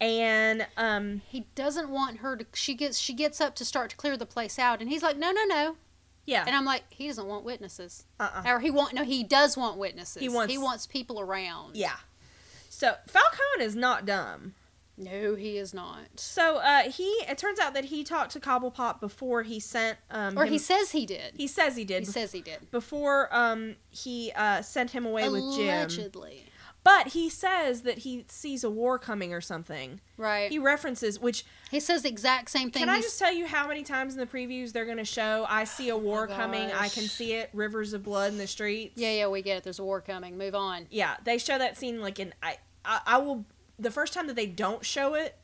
Speaker 1: and um,
Speaker 2: He doesn't want her to. She gets she gets up to start to clear the place out, and he's like, no, no, no.
Speaker 1: yeah,
Speaker 2: And I'm like, he doesn't want witnesses,
Speaker 1: uh-uh.
Speaker 2: or he want no, he does want witnesses.
Speaker 1: He wants-
Speaker 2: he wants people around.
Speaker 1: yeah. So Falcon is not dumb.
Speaker 2: No, he is not.
Speaker 1: So uh, he it turns out that he talked to Cobblepot before he sent um,
Speaker 2: Or
Speaker 1: him-
Speaker 2: he says he did.
Speaker 1: he says he did
Speaker 2: He
Speaker 1: bef-
Speaker 2: says he did.
Speaker 1: before um, he uh, sent him away with Jim.
Speaker 2: Allegedly.
Speaker 1: But he says that he sees a war coming or something.
Speaker 2: Right.
Speaker 1: He
Speaker 2: He,
Speaker 1: references which
Speaker 2: says the exact same thing.
Speaker 1: Can I
Speaker 2: He's-
Speaker 1: just tell you how many times in the previews they're going to show I see a war coming, I
Speaker 2: Oh gosh.
Speaker 1: can see it, rivers of blood in the streets.
Speaker 2: yeah, yeah, we get it. There's a war coming. Move on.
Speaker 1: Yeah, they show that scene like in I I, I will the first time that they don't show it.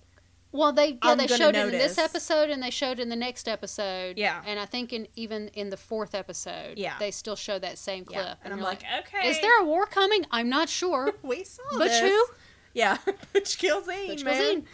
Speaker 2: Well, they yeah,
Speaker 1: I'm
Speaker 2: they
Speaker 1: gonna
Speaker 2: showed it in
Speaker 1: notice.
Speaker 2: this episode and they showed it in the next episode.
Speaker 1: Yeah.
Speaker 2: And I think in even in the fourth episode,
Speaker 1: Yeah.
Speaker 2: they still show that same clip.
Speaker 1: Yeah. And I'm
Speaker 2: you're
Speaker 1: like, "Okay.
Speaker 2: Is there a war coming? I'm not sure.
Speaker 1: we saw
Speaker 2: But
Speaker 1: this."
Speaker 2: who?
Speaker 1: Yeah, Butch Kilzine,
Speaker 2: Which
Speaker 1: man.
Speaker 2: was in-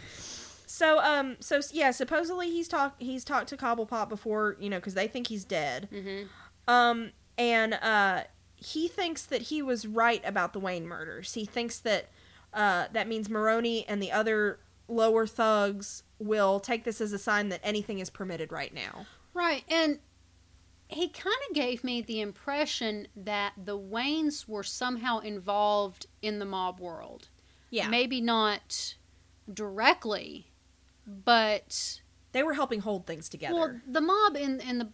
Speaker 1: So um so yeah, supposedly he's talked he's talked to Cobblepot before, you know, cuz they think he's dead.
Speaker 2: Mhm.
Speaker 1: Um and uh he thinks that he was right about the Wayne murders. He thinks that uh that means Maroney and the other lower thugs will take this as a sign that anything is permitted right now.
Speaker 2: Right. And he kind of gave me the impression that the Waynes were somehow involved in the mob world.
Speaker 1: Yeah.
Speaker 2: Maybe not directly, but
Speaker 1: they were helping hold things together.
Speaker 2: well, the mob in in the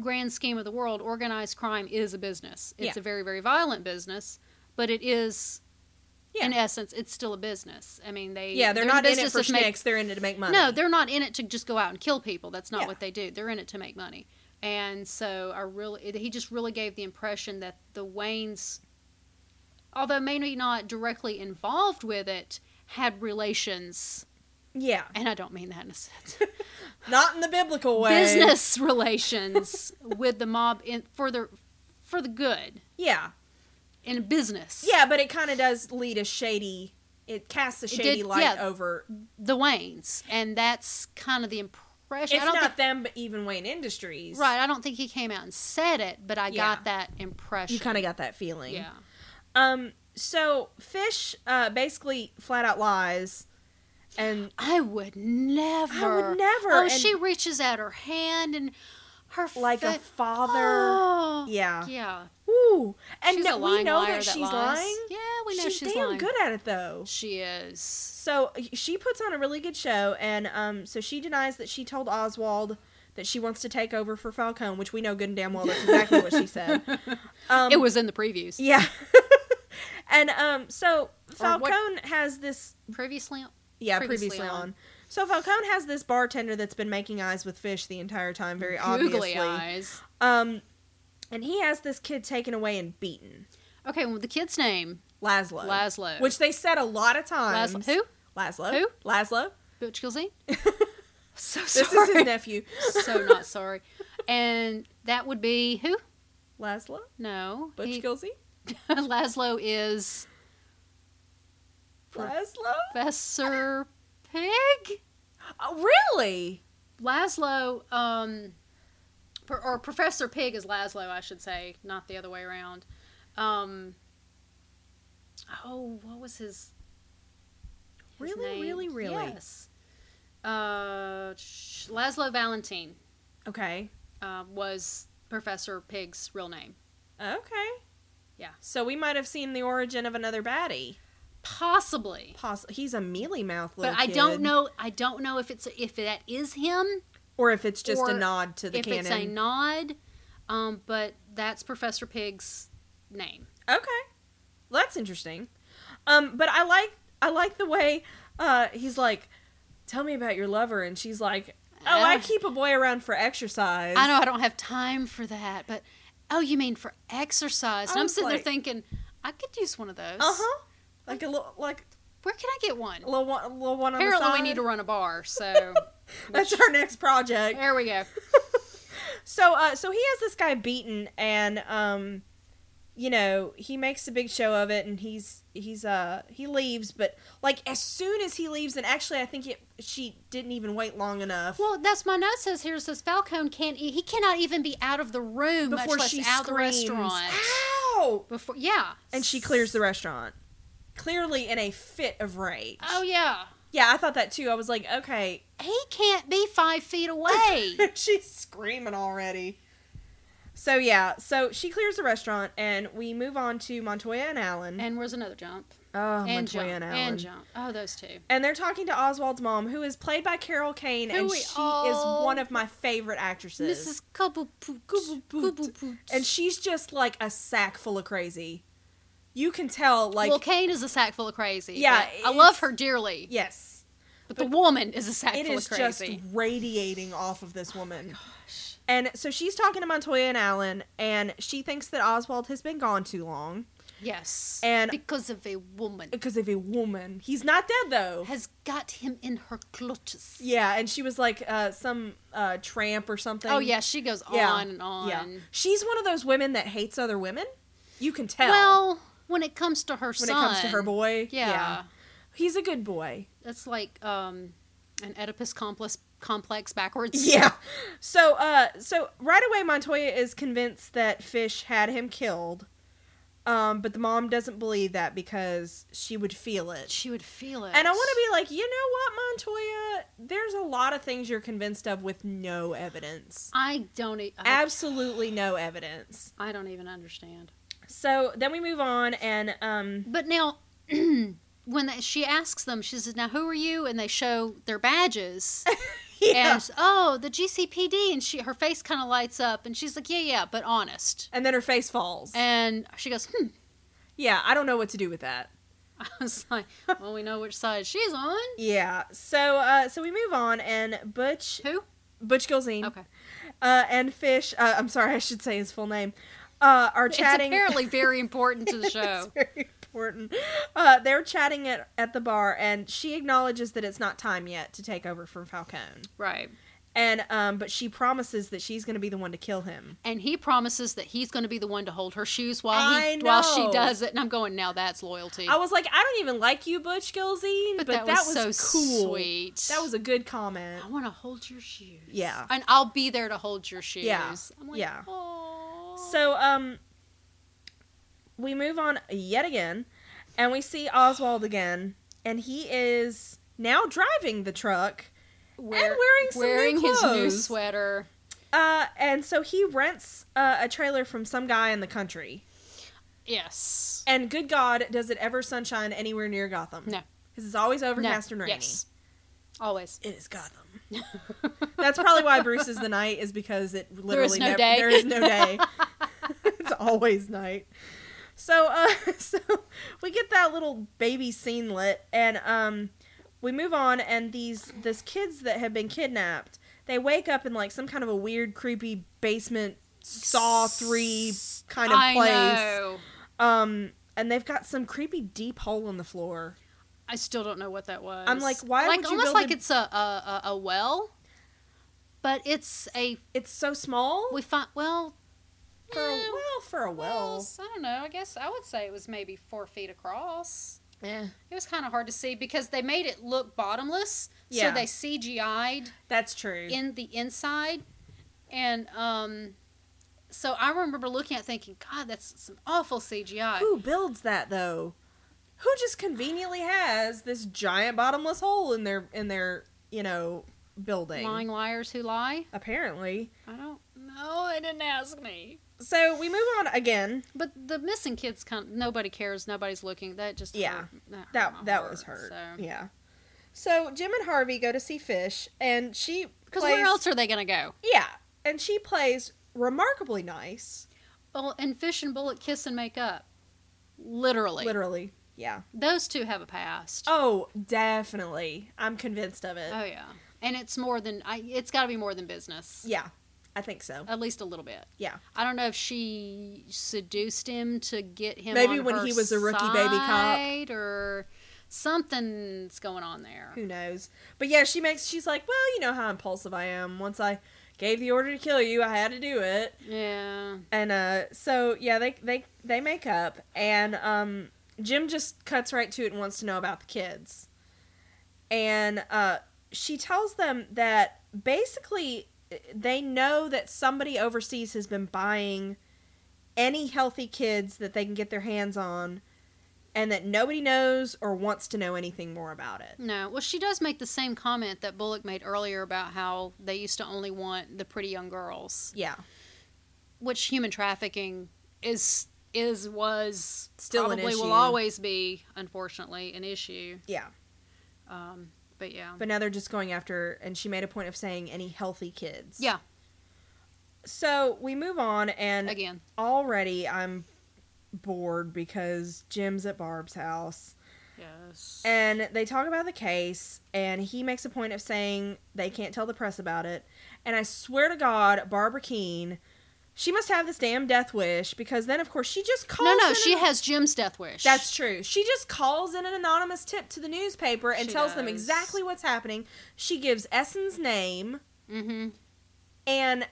Speaker 2: grand scheme of the world, organized crime is a business. It's
Speaker 1: Yeah.
Speaker 2: a very very violent business, but it is in
Speaker 1: Yeah.
Speaker 2: essence it's still a business. I mean, they
Speaker 1: yeah, they're,
Speaker 2: in
Speaker 1: not
Speaker 2: the
Speaker 1: in it
Speaker 2: business
Speaker 1: for
Speaker 2: of make-
Speaker 1: schnicks, they're in it to make money.
Speaker 2: no, they're not in it to just go out and kill people. That's not
Speaker 1: Yeah.
Speaker 2: what they do. They're in it to make money. And so I really, it- he just really gave the impression that the Waynes, although maybe not directly involved with it, had relations.
Speaker 1: yeah,
Speaker 2: And I don't mean that in a sense.
Speaker 1: not in the biblical way.
Speaker 2: Business relations with the mob in for the for the good
Speaker 1: Yeah.
Speaker 2: in business.
Speaker 1: Yeah, but it kind of does lead a shady. It casts a
Speaker 2: It
Speaker 1: shady
Speaker 2: did-
Speaker 1: light
Speaker 2: yeah.
Speaker 1: over.
Speaker 2: the Waynes, and that's kind of the impression.
Speaker 1: It's
Speaker 2: I don't
Speaker 1: not
Speaker 2: think
Speaker 1: them, but even Wayne Industries.
Speaker 2: right. I don't think he came out and said it, but I
Speaker 1: Yeah.
Speaker 2: got that impression.
Speaker 1: You kind of got that feeling.
Speaker 2: yeah.
Speaker 1: Um. So Fish, uh, basically flat out lies, and
Speaker 2: I would never.
Speaker 1: never,
Speaker 2: Oh,
Speaker 1: and-
Speaker 2: she reaches out her hand and her
Speaker 1: like a
Speaker 2: fa-
Speaker 1: father.
Speaker 2: Oh.
Speaker 1: Yeah.
Speaker 2: Yeah.
Speaker 1: Woo. And
Speaker 2: She's
Speaker 1: no-
Speaker 2: a
Speaker 1: we
Speaker 2: lying
Speaker 1: know
Speaker 2: liar
Speaker 1: that she's
Speaker 2: lies.
Speaker 1: lying.
Speaker 2: Yeah, we know
Speaker 1: she's,
Speaker 2: she's,
Speaker 1: damn
Speaker 2: lying.
Speaker 1: good at it though.
Speaker 2: She is.
Speaker 1: So she puts on a really good show, and um, so she denies that she told Oswald that she wants to take over for Falcone, which we know good and damn well that's exactly what she said. Um,
Speaker 2: It was in the previews.
Speaker 1: Yeah. and um so
Speaker 2: Or what-
Speaker 1: Falcone has this
Speaker 2: Previously,
Speaker 1: yeah, previously,
Speaker 2: Previously
Speaker 1: on.
Speaker 2: on.
Speaker 1: So Falcone has this bartender that's been making eyes with fish the entire time, very obviously.
Speaker 2: googly eyes.
Speaker 1: Um and he has this kid taken away and beaten.
Speaker 2: Okay, well, the kid's name,
Speaker 1: Laszlo.
Speaker 2: Laszlo.
Speaker 1: Which they said a lot of times.
Speaker 2: Laszlo. Who?
Speaker 1: Laszlo.
Speaker 2: Who?
Speaker 1: Laszlo.
Speaker 2: Butch Kilzine? so
Speaker 1: This
Speaker 2: sorry.
Speaker 1: is his nephew.
Speaker 2: so not sorry. And that would be who?
Speaker 1: Laszlo?
Speaker 2: No.
Speaker 1: Butch
Speaker 2: he-
Speaker 1: Gilsey?
Speaker 2: Laszlo is
Speaker 1: Laszlo?
Speaker 2: Professor Pig?
Speaker 1: Oh, really?
Speaker 2: Laszlo, um, pr- or Professor Pig is Laszlo, I should say, not the other way around. Um, oh, what was his. his
Speaker 1: Really,
Speaker 2: name?
Speaker 1: really, really?
Speaker 2: Yes. Uh, sh- Laszlo Valentine
Speaker 1: Okay.
Speaker 2: uh, was Professor Pig's real name.
Speaker 1: Okay.
Speaker 2: Yeah.
Speaker 1: So we might have seen the origin of another baddie.
Speaker 2: Possibly.
Speaker 1: Poss- he's a mealy mouth little
Speaker 2: But I
Speaker 1: kid.
Speaker 2: don't know. I don't know if it's if that is him,
Speaker 1: or if it's just a
Speaker 2: or
Speaker 1: nod to the
Speaker 2: if
Speaker 1: canon.
Speaker 2: it's a nod. Um, but that's Professor Pig's name.
Speaker 1: okay, well, that's interesting. Um, but I like I like the way uh, he's like, "Tell me about your lover," and she's like, "Oh, I,
Speaker 2: I don't-
Speaker 1: keep a boy around for exercise."
Speaker 2: Uh, I know I don't have time for that, but oh, you mean for exercise?
Speaker 1: I
Speaker 2: And I'm
Speaker 1: was
Speaker 2: sitting
Speaker 1: like-
Speaker 2: there thinking, I could use one of those.
Speaker 1: Uh huh. Like a little like
Speaker 2: Where can I get one?
Speaker 1: a little one, a little one on the
Speaker 2: Apparently,
Speaker 1: side.
Speaker 2: we need to run a bar, so
Speaker 1: That's our next project.
Speaker 2: there we go.
Speaker 1: So uh so he has this guy beaten and um you know, he makes a big show of it and he's he's uh he leaves but like as soon as he leaves and actually I think it, she didn't even wait long enough.
Speaker 2: Well, that's my note says here. It says Falcone can't. e- He cannot even be out of the room, much less out of the
Speaker 1: screams, Ah.
Speaker 2: restaurant.
Speaker 1: Ow!
Speaker 2: Before, yeah,
Speaker 1: And she clears the restaurant. Clearly in a fit of rage.
Speaker 2: Oh yeah,
Speaker 1: Yeah, I thought that too. I was like, okay,
Speaker 2: He can't be five feet away.
Speaker 1: she's screaming already. So yeah, so she clears the restaurant, and we move on to Montoya and Allen.
Speaker 2: and where's another jump?
Speaker 1: oh,
Speaker 2: and
Speaker 1: Montoya
Speaker 2: jump.
Speaker 1: and Allen.
Speaker 2: And jump. Oh, those two.
Speaker 1: And they're talking to Oswald's mom, who is played by Carol Kane,
Speaker 2: Who
Speaker 1: and
Speaker 2: we
Speaker 1: she is
Speaker 2: all-
Speaker 1: one of my favorite actresses.
Speaker 2: Mrs. Cobblepoot.
Speaker 1: Cobblepoot. And she's just like a sack full of crazy. You can tell, like,
Speaker 2: well, Kane is a sack full of crazy.
Speaker 1: Yeah,
Speaker 2: but I
Speaker 1: it's-
Speaker 2: love her dearly,
Speaker 1: yes,
Speaker 2: but, the woman is a sack
Speaker 1: it
Speaker 2: full
Speaker 1: is
Speaker 2: of crazy. Oh
Speaker 1: just radiating off of this woman. And so she's talking to Montoya and Allen, and she thinks that Oswald has been gone too long
Speaker 2: Yes,
Speaker 1: And-
Speaker 2: because of a woman
Speaker 1: because of a woman. He's not dead though.
Speaker 2: has got him in her clutches.
Speaker 1: Yeah, and she was like uh, some uh, tramp or something.
Speaker 2: Oh yeah, she goes
Speaker 1: Yeah.
Speaker 2: on and on.
Speaker 1: Yeah. She's one of those women that hates other women. You can tell
Speaker 2: Well, when it comes to her
Speaker 1: when
Speaker 2: son,
Speaker 1: it comes to her boy.
Speaker 2: yeah,
Speaker 1: He's a good boy.
Speaker 2: that's like um, an Oedipus complex complex backwards.
Speaker 1: Yeah. So uh so right away Montoya is convinced that Fish had him killed. Um but the mom doesn't believe that because she would feel it.
Speaker 2: she would feel it.
Speaker 1: And I want to be like, "You know what, Montoya? There's a lot of things you're convinced of with no evidence.
Speaker 2: I don't. e- I,
Speaker 1: Absolutely no evidence."
Speaker 2: I don't even understand.
Speaker 1: So then we move on and um
Speaker 2: But now, when they, she asks them, she says, "Now, who are you?" And they show their badges,
Speaker 1: yeah.
Speaker 2: and oh, the GCPD, and she her face kind of lights up, and she's like, "Yeah, yeah, but honest."
Speaker 1: and then her face falls.
Speaker 2: And she goes, "Hmm."
Speaker 1: yeah, I don't know what to do with that.
Speaker 2: I was like, "Well, we know which side she's on."
Speaker 1: Yeah. So uh so we move on and Butch
Speaker 2: Who?
Speaker 1: Butch Gilzine
Speaker 2: Okay.
Speaker 1: uh, and Fish. Uh, I'm sorry, I should say his full name. Uh, are
Speaker 2: It's
Speaker 1: chatting.
Speaker 2: apparently very important to the
Speaker 1: It's
Speaker 2: show.
Speaker 1: very important. Uh, they're chatting at, at the bar, and she acknowledges that it's not time yet to take over from Falcone.
Speaker 2: Right.
Speaker 1: And um, but she promises that she's going to be the one to kill him.
Speaker 2: And he promises that he's going to be the one to hold her shoes while
Speaker 1: I
Speaker 2: he while she
Speaker 1: know.
Speaker 2: does it. And I'm going, now that's loyalty.
Speaker 1: I was like, I don't even like you, Butch Gilzine, but, that, was,
Speaker 2: so
Speaker 1: cool.
Speaker 2: sweet.
Speaker 1: That was a good comment.
Speaker 2: I want to hold your shoes.
Speaker 1: Yeah.
Speaker 2: And I'll be there to hold your shoes.
Speaker 1: Yeah.
Speaker 2: I'm like,
Speaker 1: Yeah.
Speaker 2: "Aw."
Speaker 1: So um, we move on yet again, and we see Oswald again, and he is now driving the truck.
Speaker 2: Wear-
Speaker 1: wearing some new
Speaker 2: wearing his new
Speaker 1: clothes.
Speaker 2: sweater.
Speaker 1: Uh, and so he rents uh, a trailer from some guy in the country.
Speaker 2: Yes.
Speaker 1: And good God, does it ever sunshine anywhere near Gotham?
Speaker 2: No.
Speaker 1: because it's always
Speaker 2: No.
Speaker 1: overcast and rainy.
Speaker 2: Yes. Always.
Speaker 1: It is Gotham. That's probably why Bruce is the night is because it literally there is
Speaker 2: no day.
Speaker 1: There is no day. it's always night. So, uh, so we get that little baby scene lit, and um, we move on, and these this kids that have been kidnapped, they wake up in like some kind of a weird, creepy basement Saw three kind of
Speaker 2: I
Speaker 1: place,
Speaker 2: know.
Speaker 1: um, and they've got some creepy deep hole in the floor.
Speaker 2: I still don't know what that was.
Speaker 1: I'm like, why
Speaker 2: Like
Speaker 1: would you
Speaker 2: almost
Speaker 1: build
Speaker 2: like
Speaker 1: a-
Speaker 2: it's a, a a- a well, but it's a
Speaker 1: It's so small
Speaker 2: we find well.
Speaker 1: for a,
Speaker 2: eh,
Speaker 1: well for a well.
Speaker 2: I don't know. I guess I would say it was maybe four feet across.
Speaker 1: Yeah.
Speaker 2: It was kind of hard to see because they made it look bottomless.
Speaker 1: Yeah.
Speaker 2: So they CGI'd
Speaker 1: That's true.
Speaker 2: in the inside. And um, so I remember looking at it thinking, God, that's some awful CGI.
Speaker 1: Who builds that though? Who just conveniently has this giant bottomless hole in their in their you know building?
Speaker 2: Lying liars who lie?
Speaker 1: Apparently.
Speaker 2: I don't know. They didn't ask me.
Speaker 1: So we move on again.
Speaker 2: But the missing kids, kind nobody cares. Nobody's looking. That just
Speaker 1: Yeah.
Speaker 2: hurt- that
Speaker 1: That
Speaker 2: hurt my
Speaker 1: that
Speaker 2: heart,
Speaker 1: was hurt.
Speaker 2: So.
Speaker 1: Yeah. So Jim and Harvey go to see Fish, and she
Speaker 2: Because
Speaker 1: plays.
Speaker 2: where else are they gonna go?
Speaker 1: Yeah, and she plays remarkably nice.
Speaker 2: Well, and Fish and Bullet kiss and make up. Literally,
Speaker 1: Literally. Yeah.
Speaker 2: those two have a past.
Speaker 1: Oh, definitely. I'm convinced of it.
Speaker 2: Oh, yeah, and it's more than I. It's got to be more than business.
Speaker 1: yeah, I think so.
Speaker 2: At least a little bit.
Speaker 1: Yeah.
Speaker 2: I don't know if she seduced him to get him.
Speaker 1: Maybe
Speaker 2: on
Speaker 1: when
Speaker 2: her
Speaker 1: he was a rookie baby cop.
Speaker 2: side or something's going on there.
Speaker 1: Who knows? But yeah, she makes. She's like, well, you know how impulsive I am. Once I gave the order to kill you, I had to do it.
Speaker 2: Yeah.
Speaker 1: And uh, so yeah, they they they make up, and um, Jim just cuts right to it and wants to know about the kids. And uh, she tells them that basically they know that somebody overseas has been buying any healthy kids that they can get their hands on, and that nobody knows or wants to know anything more about it.
Speaker 2: No. Well, she does make the same comment that Bullock made earlier about how they used to only want the pretty young girls,
Speaker 1: Yeah.
Speaker 2: which human trafficking is is was
Speaker 1: Still an
Speaker 2: probably
Speaker 1: issue.
Speaker 2: will always be unfortunately an issue.
Speaker 1: Yeah.
Speaker 2: Um, but yeah.
Speaker 1: But now they're just going after, and she made a point of saying any healthy kids.
Speaker 2: yeah,
Speaker 1: So we move on, and
Speaker 2: again.
Speaker 1: already I'm bored because Jim's at Barb's house.
Speaker 2: Yes.
Speaker 1: And they talk about the case, and he makes a point of saying they can't tell the press about it. And I swear to God, Barbara Keene, she must have this damn death wish because then, of course, she just calls.
Speaker 2: no,
Speaker 1: in
Speaker 2: no,
Speaker 1: an-
Speaker 2: she has Jim's death wish.
Speaker 1: That's true. She just calls in an anonymous tip to the newspaper and
Speaker 2: She
Speaker 1: tells them
Speaker 2: does.
Speaker 1: exactly what's happening. She gives Essen's name,
Speaker 2: mm-hmm.
Speaker 1: and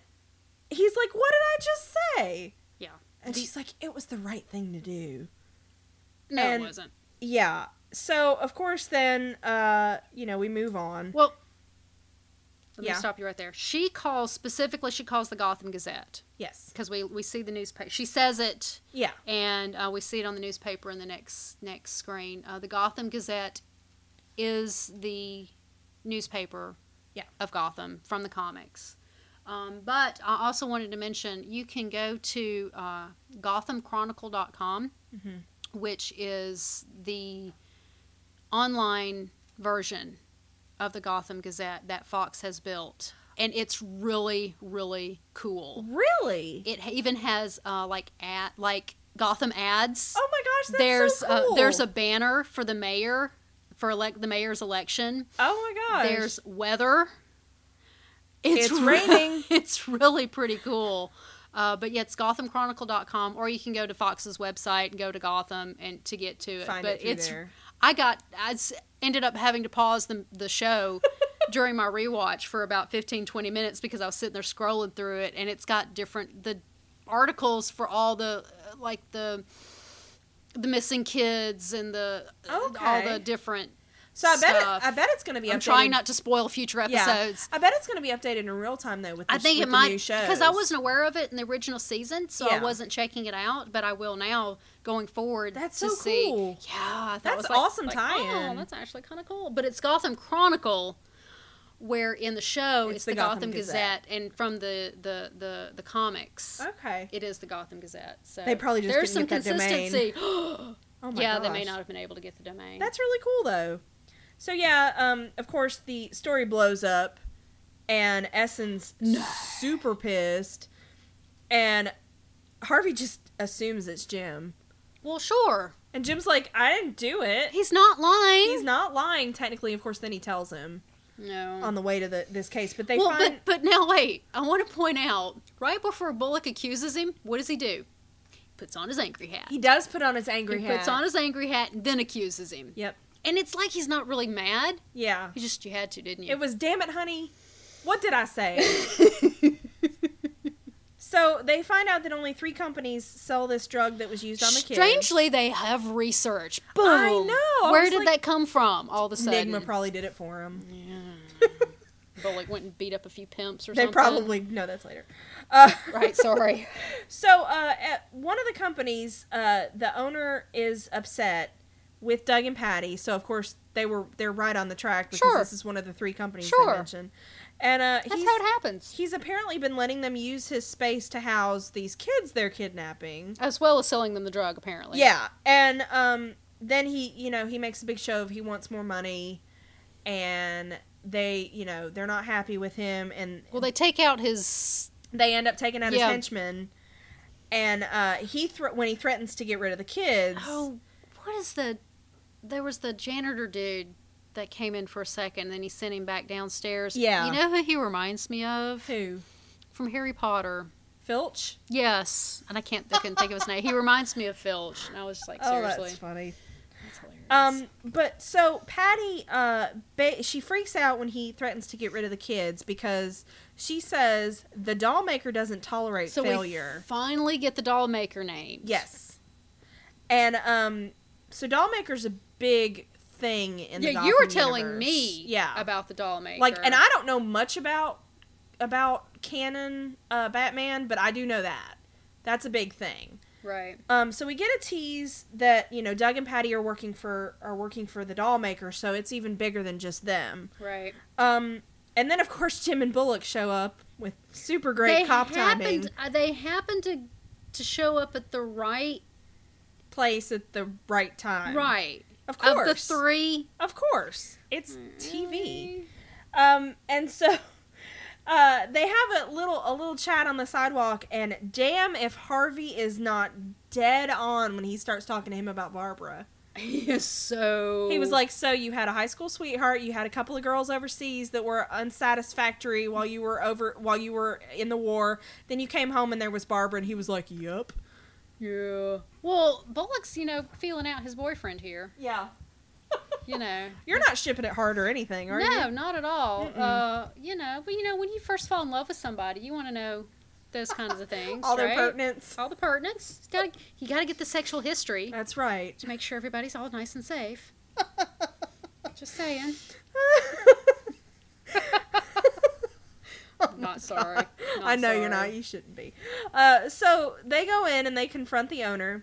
Speaker 1: he's like, "What did I just say?"
Speaker 2: Yeah.
Speaker 1: And
Speaker 2: The-
Speaker 1: she's like, "It was the right thing to do."
Speaker 2: No,
Speaker 1: And-
Speaker 2: it wasn't.
Speaker 1: Yeah. So of course, then, uh, you know, we move on.
Speaker 2: Well, let
Speaker 1: Yeah.
Speaker 2: me stop you right there. She calls specifically. She calls the Gotham Gazette
Speaker 1: Yes.
Speaker 2: because we we see the newspaper. She says it,
Speaker 1: Yeah.
Speaker 2: and uh, we see it on the newspaper in the next next screen. Uh, the Gotham Gazette is the newspaper
Speaker 1: Yeah.
Speaker 2: of Gotham from the comics. Um, but I also wanted to mention you can go to uh, GothamChronicle.com,
Speaker 1: Mhm.
Speaker 2: which is the online version of the Gotham Gazette that Fox has built. And it's really, really cool.
Speaker 1: Really?
Speaker 2: It ha- even has uh, like ad, like Gotham ads
Speaker 1: oh my gosh, that's
Speaker 2: there's
Speaker 1: so cool.
Speaker 2: a, there's a banner for the mayor for elect the mayor's election.
Speaker 1: Oh my gosh.
Speaker 2: There's weather.
Speaker 1: It's
Speaker 2: re-
Speaker 1: raining.
Speaker 2: it's really pretty cool. Uh, but yeah, it's GothamChronicle.com, or you can go to Fox's website and go to Gotham and to get to it.
Speaker 1: Find
Speaker 2: but
Speaker 1: it through
Speaker 2: it's
Speaker 1: there.
Speaker 2: I got I s- ended up having to pause the the show during my rewatch for about 15 20 minutes because I was sitting there scrolling through it and it's got different the articles for all the uh, like the the missing kids and the all
Speaker 1: Okay.
Speaker 2: the different
Speaker 1: So I bet it,
Speaker 2: stuff.
Speaker 1: I bet it's going to be.
Speaker 2: I'm
Speaker 1: updated-
Speaker 2: trying not to spoil future episodes.
Speaker 1: I bet it's going to be updated in real time though. With the,
Speaker 2: I think
Speaker 1: with
Speaker 2: it
Speaker 1: the
Speaker 2: might
Speaker 1: new shows.
Speaker 2: because I wasn't aware of it in the original season, so I
Speaker 1: Yeah.
Speaker 2: wasn't checking it out. But I will now going forward.
Speaker 1: That's
Speaker 2: to
Speaker 1: so
Speaker 2: see.
Speaker 1: cool.
Speaker 2: Yeah, I thought it
Speaker 1: That's
Speaker 2: was like-
Speaker 1: awesome
Speaker 2: like,
Speaker 1: tie-in.
Speaker 2: Oh, that's actually kind of cool. But it's Gotham Chronicle, where in the show it's, the, Gotham, Gazette. and from the the the, the comics.
Speaker 1: Okay.
Speaker 2: It is the Gotham Gazette. So
Speaker 1: Oh. They probably just
Speaker 2: there's
Speaker 1: didn't
Speaker 2: some
Speaker 1: get that domain.
Speaker 2: consistency.
Speaker 1: Oh my
Speaker 2: yeah,
Speaker 1: gosh.
Speaker 2: they may not have been able to get the domain.
Speaker 1: That's really cool though. So yeah, um, of course the story blows up, and Essen's super pissed, and Harvey just assumes it's Jim,
Speaker 2: well, sure.
Speaker 1: and Jim's like, "I didn't do it."
Speaker 2: He's not lying.
Speaker 1: He's not lying technically. Of course, then he tells him
Speaker 2: no.
Speaker 1: on the way to the, this case, but they
Speaker 2: well,
Speaker 1: find
Speaker 2: but but now wait. I want to point out right before Bullock accuses him, what does he do? Puts on his angry hat.
Speaker 1: he does put on his angry
Speaker 2: He
Speaker 1: hat.
Speaker 2: puts on his angry hat and then accuses him.
Speaker 1: Yep.
Speaker 2: And it's like he's not really mad.
Speaker 1: Yeah.
Speaker 2: He just you had to, didn't you?
Speaker 1: It was, damn it, honey. What did I say? so they find out that only three companies sell this drug that was used on the kids.
Speaker 2: Strangely, they have research. Boom.
Speaker 1: I know, I
Speaker 2: Where
Speaker 1: was
Speaker 2: did
Speaker 1: like-
Speaker 2: that come from? All of a sudden,
Speaker 1: Enigma probably did it for him.
Speaker 2: Bullock went and beat up a few pimps or
Speaker 1: They
Speaker 2: something.
Speaker 1: probably no, that's later. Uh,
Speaker 2: right. Sorry.
Speaker 1: so uh, at one of the companies, uh, the owner is upset with Doug and Patty. So of course they were they're right on the track because
Speaker 2: Sure.
Speaker 1: this is one of the three companies
Speaker 2: Sure.
Speaker 1: they mentioned. And uh,
Speaker 2: That's
Speaker 1: he's
Speaker 2: how it happens.
Speaker 1: he's apparently been letting them use his space to house these kids they're kidnapping.
Speaker 2: As well as selling them the drug, apparently.
Speaker 1: Yeah, and um, then he, you know, he makes a big show of he wants more money, and they, you know, they're not happy with him, and
Speaker 2: Well, they take out his.
Speaker 1: they end up taking out
Speaker 2: Yeah.
Speaker 1: his henchmen, and uh, he thr when he threatens to get rid of the kids.
Speaker 2: Oh, what is the? There was the janitor dude that came in for a second, then he sent him back downstairs.
Speaker 1: Yeah.
Speaker 2: You know who he reminds me of
Speaker 1: who
Speaker 2: from Harry Potter.
Speaker 1: Filch?
Speaker 2: Yes, and I can't. I couldn't think of his name. He reminds me of Filch, and I was just like, seriously,
Speaker 1: Oh, that's funny.
Speaker 2: That's hilarious.
Speaker 1: Um, but so Patty, uh, ba- she freaks out when he threatens to get rid of the kids because she says the doll maker doesn't tolerate
Speaker 2: so we
Speaker 1: failure.
Speaker 2: finally get the doll maker name.
Speaker 1: Yes. And um so Dollmaker's a big thing in the
Speaker 2: yeah, you were
Speaker 1: Gotham
Speaker 2: telling
Speaker 1: universe.
Speaker 2: me
Speaker 1: Yeah.
Speaker 2: about the doll maker.
Speaker 1: like and I don't know much about about canon uh Batman, but I do know that. That's a big thing.
Speaker 2: Right.
Speaker 1: Um, so we get a tease that you know Doug and Patty are working for are working for the doll maker, so it's even bigger than just them.
Speaker 2: Right.
Speaker 1: Um, and then of course Jim and Bullock show up with super great
Speaker 2: they
Speaker 1: cop timing,
Speaker 2: happened, uh, They happened to to show up at the right
Speaker 1: place at the right time.
Speaker 2: right
Speaker 1: of
Speaker 2: of
Speaker 1: course,
Speaker 2: the three
Speaker 1: of course, it's
Speaker 2: Mm.
Speaker 1: TV.
Speaker 2: Mm-hmm.
Speaker 1: Um, and so uh, they have a little a little chat on the sidewalk, and damn if Harvey is not dead on when he starts talking to him about Barbara.
Speaker 2: He is so.
Speaker 1: He was like, "So you had a high school sweetheart, you had a couple of girls overseas that were unsatisfactory while you were over while you were in the war. Then you came home and there was Barbara." And he was like, "Yup."
Speaker 2: yeah. Well, Bullock's, you know, feeling out his boyfriend here.
Speaker 1: Yeah.
Speaker 2: You know.
Speaker 1: You're not shipping it hard or anything, are
Speaker 2: no,
Speaker 1: you?
Speaker 2: not at all.
Speaker 1: Mm-mm.
Speaker 2: Uh, you know, but you know, when you first fall in love with somebody, you want to know those kinds of things,
Speaker 1: All their
Speaker 2: right?
Speaker 1: pertinence.
Speaker 2: all the pertinence. It's gotta- you got to get the sexual history
Speaker 1: That's right.
Speaker 2: to make sure everybody's all nice and safe. Just saying. Not sorry. Not
Speaker 1: Oh I know you're
Speaker 2: sorry.
Speaker 1: not. You shouldn't be. Uh, so they go in and they confront the owner,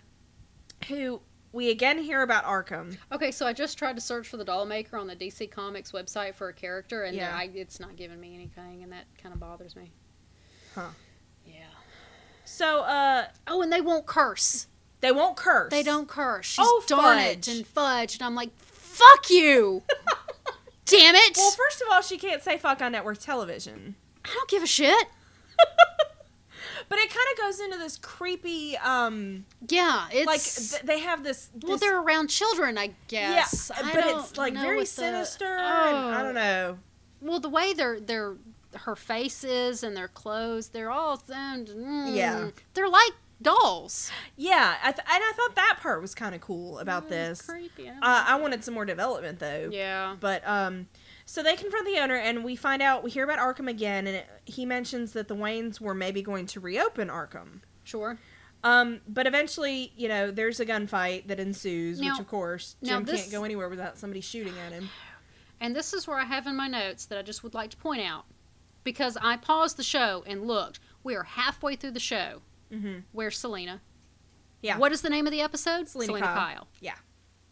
Speaker 1: who we again hear about Arkham.
Speaker 2: Okay, so I just tried to search for the doll maker on the DC Comics website for a character, and
Speaker 1: Yeah.
Speaker 2: I, it's not giving me anything, and that kind of bothers me.
Speaker 1: Huh.
Speaker 2: Yeah.
Speaker 1: So uh,
Speaker 2: Oh, and they won't curse.
Speaker 1: they won't curse.
Speaker 2: They don't curse. She's
Speaker 1: Oh,
Speaker 2: Darnage
Speaker 1: fudge.
Speaker 2: and Fudge, and I'm like, fuck you! Damn it!
Speaker 1: Well, first of all, she can't say fuck on network television.
Speaker 2: I don't give a shit.
Speaker 1: But it kind of goes into this creepy, um,
Speaker 2: Yeah, it's
Speaker 1: like th- they have this.
Speaker 2: well,
Speaker 1: this-
Speaker 2: they're around children, I guess.
Speaker 1: Yeah,
Speaker 2: I
Speaker 1: but
Speaker 2: don't
Speaker 1: it's like
Speaker 2: know
Speaker 1: very
Speaker 2: what the-
Speaker 1: sinister. And, I
Speaker 2: Oh.
Speaker 1: don't know.
Speaker 2: Well, the way their their her faces and their clothes, they're all and mm,
Speaker 1: Yeah.
Speaker 2: they're like dolls.
Speaker 1: Yeah, I th- and I thought that part was kind of cool about
Speaker 2: Mm,
Speaker 1: this.
Speaker 2: creepy. I don't
Speaker 1: Uh, I wanted some more development though.
Speaker 2: Yeah.
Speaker 1: But um, so they confront the owner, and we find out we hear about Arkham again, and it, he mentions that the Waynes were maybe going to reopen Arkham.
Speaker 2: Sure.
Speaker 1: Um, but eventually, you know, there's a gunfight that ensues,
Speaker 2: Now-
Speaker 1: which of course
Speaker 2: now
Speaker 1: Jim
Speaker 2: this-
Speaker 1: can't go anywhere without somebody shooting at him.
Speaker 2: And this is where I have in my notes that I just would like to point out because I paused the show and looked. We are halfway through the show.
Speaker 1: Mm-hmm.
Speaker 2: Where's Selena?
Speaker 1: Yeah.
Speaker 2: What is the name of the episode?
Speaker 1: Selena Kyle. Yeah.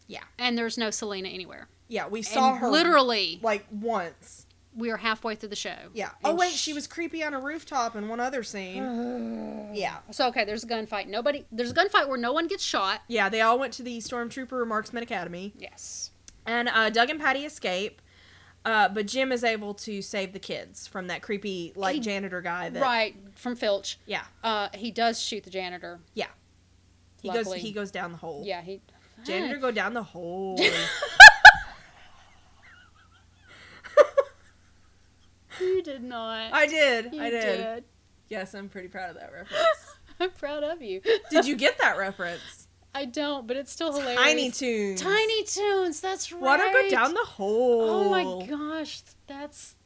Speaker 1: Yeah.
Speaker 2: And there's no Selena anywhere.
Speaker 1: Yeah, we saw
Speaker 2: And
Speaker 1: her
Speaker 2: Literally,
Speaker 1: like once.
Speaker 2: we are halfway through the show.
Speaker 1: Yeah.
Speaker 2: And
Speaker 1: oh wait, she was creepy on a rooftop in one other scene. yeah.
Speaker 2: So okay, there's a gunfight. Nobody. There's a gunfight where no one gets shot.
Speaker 1: Yeah, they all went to the Stormtrooper Marksman Academy.
Speaker 2: Yes.
Speaker 1: And uh, Doug and Patty escape, uh, but Jim is able to save the kids from that creepy like
Speaker 2: He-
Speaker 1: janitor guy. That,
Speaker 2: right from Filch.
Speaker 1: Yeah.
Speaker 2: Uh, he does shoot the janitor.
Speaker 1: Yeah. He
Speaker 2: Luckily.
Speaker 1: goes. He goes down the hole.
Speaker 2: Yeah, he.
Speaker 1: Janitor go down the hole.
Speaker 2: You did not.
Speaker 1: I did.
Speaker 2: You
Speaker 1: I did.
Speaker 2: did.
Speaker 1: Yes, I'm pretty proud of that reference.
Speaker 2: I'm proud of you.
Speaker 1: did you get that reference?
Speaker 2: I don't, but it's still hilarious.
Speaker 1: Tiny Toons.
Speaker 2: Tiny Toons. That's right.
Speaker 1: Wanna go down the
Speaker 2: Oh
Speaker 1: hole?
Speaker 2: my gosh, that's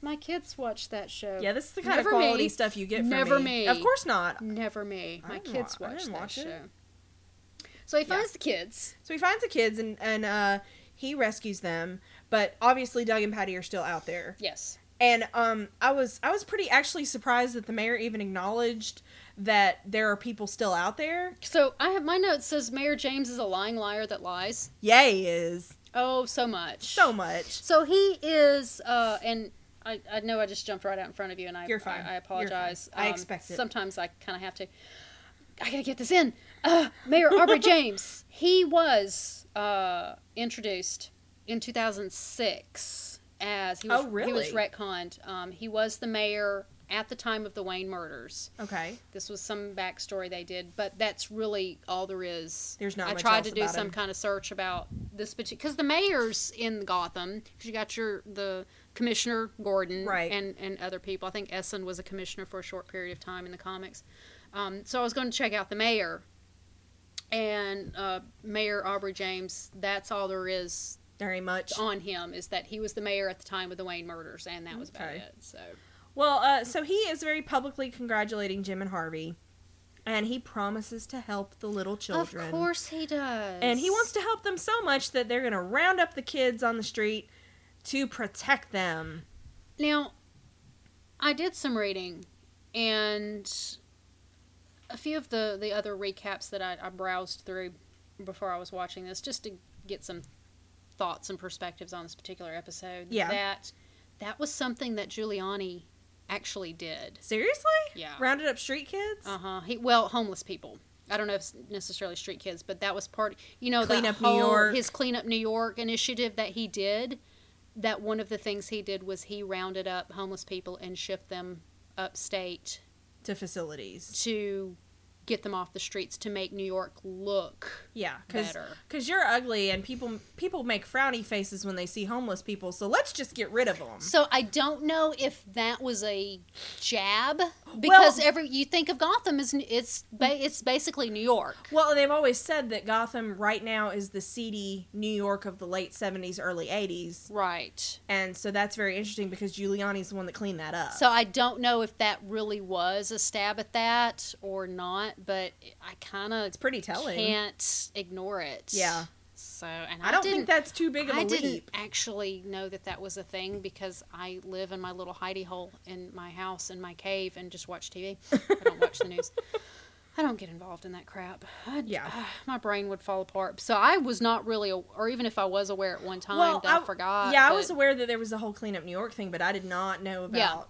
Speaker 2: my kids watch that show.
Speaker 1: Yeah, this is the kind
Speaker 2: Never
Speaker 1: of quality
Speaker 2: me.
Speaker 1: stuff you get from
Speaker 2: Never
Speaker 1: me.
Speaker 2: me.
Speaker 1: Of course not.
Speaker 2: Never me.
Speaker 1: I
Speaker 2: My
Speaker 1: didn't
Speaker 2: kids
Speaker 1: wa- I
Speaker 2: watch
Speaker 1: didn't
Speaker 2: that
Speaker 1: watch it.
Speaker 2: show. So he
Speaker 1: Yeah.
Speaker 2: finds the kids.
Speaker 1: So he finds the kids and and uh, he rescues them, but obviously Doug and Patty are still out there.
Speaker 2: Yes.
Speaker 1: And um, I was I was pretty actually surprised that the mayor even acknowledged that there are people still out there.
Speaker 2: So I have my note says Mayor James is a lying liar that lies.
Speaker 1: Yay is
Speaker 2: Oh, so much.
Speaker 1: so much.
Speaker 2: So he is, uh, and I, I know I just jumped right out in front of you, and I
Speaker 1: You're fine.
Speaker 2: I, I
Speaker 1: You're fine.
Speaker 2: apologize. Um,
Speaker 1: I expect it.
Speaker 2: Sometimes I kind of have to. I gotta get this in. Uh, Mayor Aubrey James. He was uh, introduced in 2006 as he was
Speaker 1: Oh,
Speaker 2: he was
Speaker 1: really?
Speaker 2: retconned. Um, he was the mayor at the time of the Wayne murders.
Speaker 1: Okay,
Speaker 2: This was some backstory they did, but that's really all there is.
Speaker 1: There's not
Speaker 2: I
Speaker 1: much
Speaker 2: tried
Speaker 1: else
Speaker 2: to do
Speaker 1: about
Speaker 2: some
Speaker 1: him.
Speaker 2: kind of search about this particular because the mayor's in Gotham. 'cause you got your the commissioner Gordon,
Speaker 1: Right.
Speaker 2: and and other people. I think Essen was a commissioner for a short period of time in the comics. Um, so I was going to check out the mayor, and uh, Mayor Aubrey James. That's all there is
Speaker 1: very much.
Speaker 2: on him is that he was the mayor at the time of the Wayne murders, and that was about
Speaker 1: Okay.
Speaker 2: it. So
Speaker 1: Well, uh, so he is very publicly congratulating Jim and Harvey, and he promises to help the little children.
Speaker 2: of course he does,
Speaker 1: And he wants to help them so much that they're going to round up the kids on the street to protect them.
Speaker 2: Now, I did some reading, and a few of the the other recaps that I, I browsed through before I was watching this, just to get some thoughts and perspectives on this particular episode.
Speaker 1: Yeah.
Speaker 2: that that was something that Giuliani actually did.
Speaker 1: Seriously?
Speaker 2: Yeah.
Speaker 1: Rounded up street kids?
Speaker 2: Uh huh. He well, homeless people. I don't know if it's necessarily street kids, but that was part. You know,
Speaker 1: Clean
Speaker 2: that
Speaker 1: Up New
Speaker 2: whole-
Speaker 1: York.
Speaker 2: his clean up New York initiative that he did. That one of the things he did was he rounded up homeless people and shipped them upstate
Speaker 1: to facilities.
Speaker 2: to get them off the streets to make New York look
Speaker 1: Yeah, because
Speaker 2: better.
Speaker 1: you're ugly and people people make frowny faces when they see homeless people. So let's just get rid of them.
Speaker 2: So I don't know if that was a jab because
Speaker 1: Well-
Speaker 2: every you think of Gotham is it's ba- it's basically New York.
Speaker 1: Well, they've always said that Gotham right now is the seedy New York of the late 70s, early 80s.
Speaker 2: Right.
Speaker 1: And so that's very interesting because Giuliani's the one that cleaned that up.
Speaker 2: So I don't know if that really was a stab at that or not, but I kind of
Speaker 1: it's pretty telling.
Speaker 2: can't ignore it.
Speaker 1: Yeah.
Speaker 2: So and I,
Speaker 1: I don't
Speaker 2: didn't,
Speaker 1: think that's too big of a
Speaker 2: I didn't
Speaker 1: leap.
Speaker 2: actually know that that was a thing because I live in my little hidey hole in my house in my cave and just watch TV. I don't watch the news. I don't get involved in that crap. I,
Speaker 1: Yeah.
Speaker 2: my brain would fall apart. So I was not really, aw- or even if I was aware at one time, I, forgot.
Speaker 1: Yeah, I
Speaker 2: but-
Speaker 1: was aware that there was a whole clean up New York thing, but I did not know about
Speaker 2: Yeah.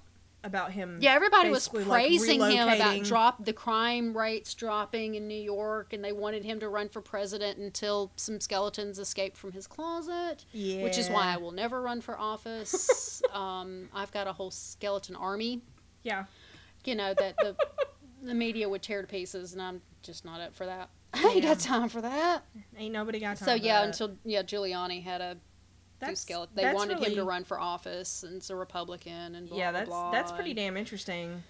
Speaker 1: about him.
Speaker 2: Yeah, everybody was
Speaker 1: basically, like,
Speaker 2: praising him about
Speaker 1: relocating.
Speaker 2: drop the crime rates dropping in New York, and they wanted him to run for president until some skeletons escaped from his closet.
Speaker 1: Yeah.
Speaker 2: Which is why I will never run for office. um, I've got a whole skeleton army,
Speaker 1: Yeah.
Speaker 2: you know, that the the media would tear to pieces, and I'm just not up for that. I ain't
Speaker 1: Yeah.
Speaker 2: got time for that.
Speaker 1: Ain't nobody got time.
Speaker 2: so
Speaker 1: for
Speaker 2: yeah,
Speaker 1: that.
Speaker 2: until yeah, Giuliani had a do skeleton. They
Speaker 1: that's
Speaker 2: wanted him to
Speaker 1: really-
Speaker 2: run for office, and it's a Republican, and blah,
Speaker 1: yeah,
Speaker 2: blah,
Speaker 1: that's
Speaker 2: blah,
Speaker 1: that's pretty
Speaker 2: and-
Speaker 1: damn interesting.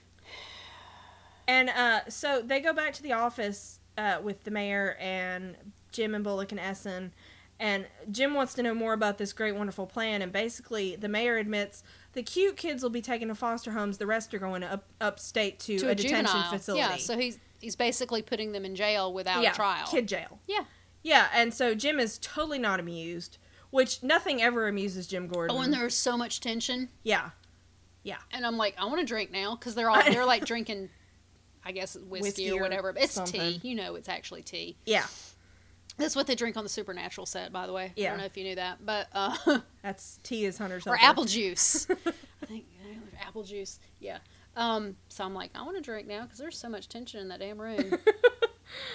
Speaker 1: And uh, so they go back to the office uh, with the mayor and Jim and Bullock and Essen, and Jim wants to know more about this great, wonderful plan. And basically, the mayor admits the cute kids will be taken to foster homes; the rest are going up upstate to,
Speaker 2: to
Speaker 1: a,
Speaker 2: a,
Speaker 1: detention
Speaker 2: juvenile.
Speaker 1: facility.
Speaker 2: Yeah, so he's he's basically putting them in jail without
Speaker 1: Yeah,
Speaker 2: a trial.
Speaker 1: kid jail.
Speaker 2: Yeah.
Speaker 1: Yeah, and so Jim is totally not amused, which nothing ever amuses Jim Gordon.
Speaker 2: Oh, and there's so much tension,
Speaker 1: yeah,
Speaker 2: and I'm like, I want to drink now because they're all they're like drinking, I guess whiskey,
Speaker 1: Whiskey
Speaker 2: or
Speaker 1: or
Speaker 2: whatever. But it's
Speaker 1: something.
Speaker 2: tea, you know. It's actually tea.
Speaker 1: yeah,
Speaker 2: That's what they drink on the Supernatural set, by the way. I
Speaker 1: Yeah.
Speaker 2: don't know if you knew that, but uh,
Speaker 1: that's T is Hunter's.
Speaker 2: or apple juice. I think I don't know, apple juice. Yeah. Um, so I'm like, I want to drink now because there's so much tension in that damn room.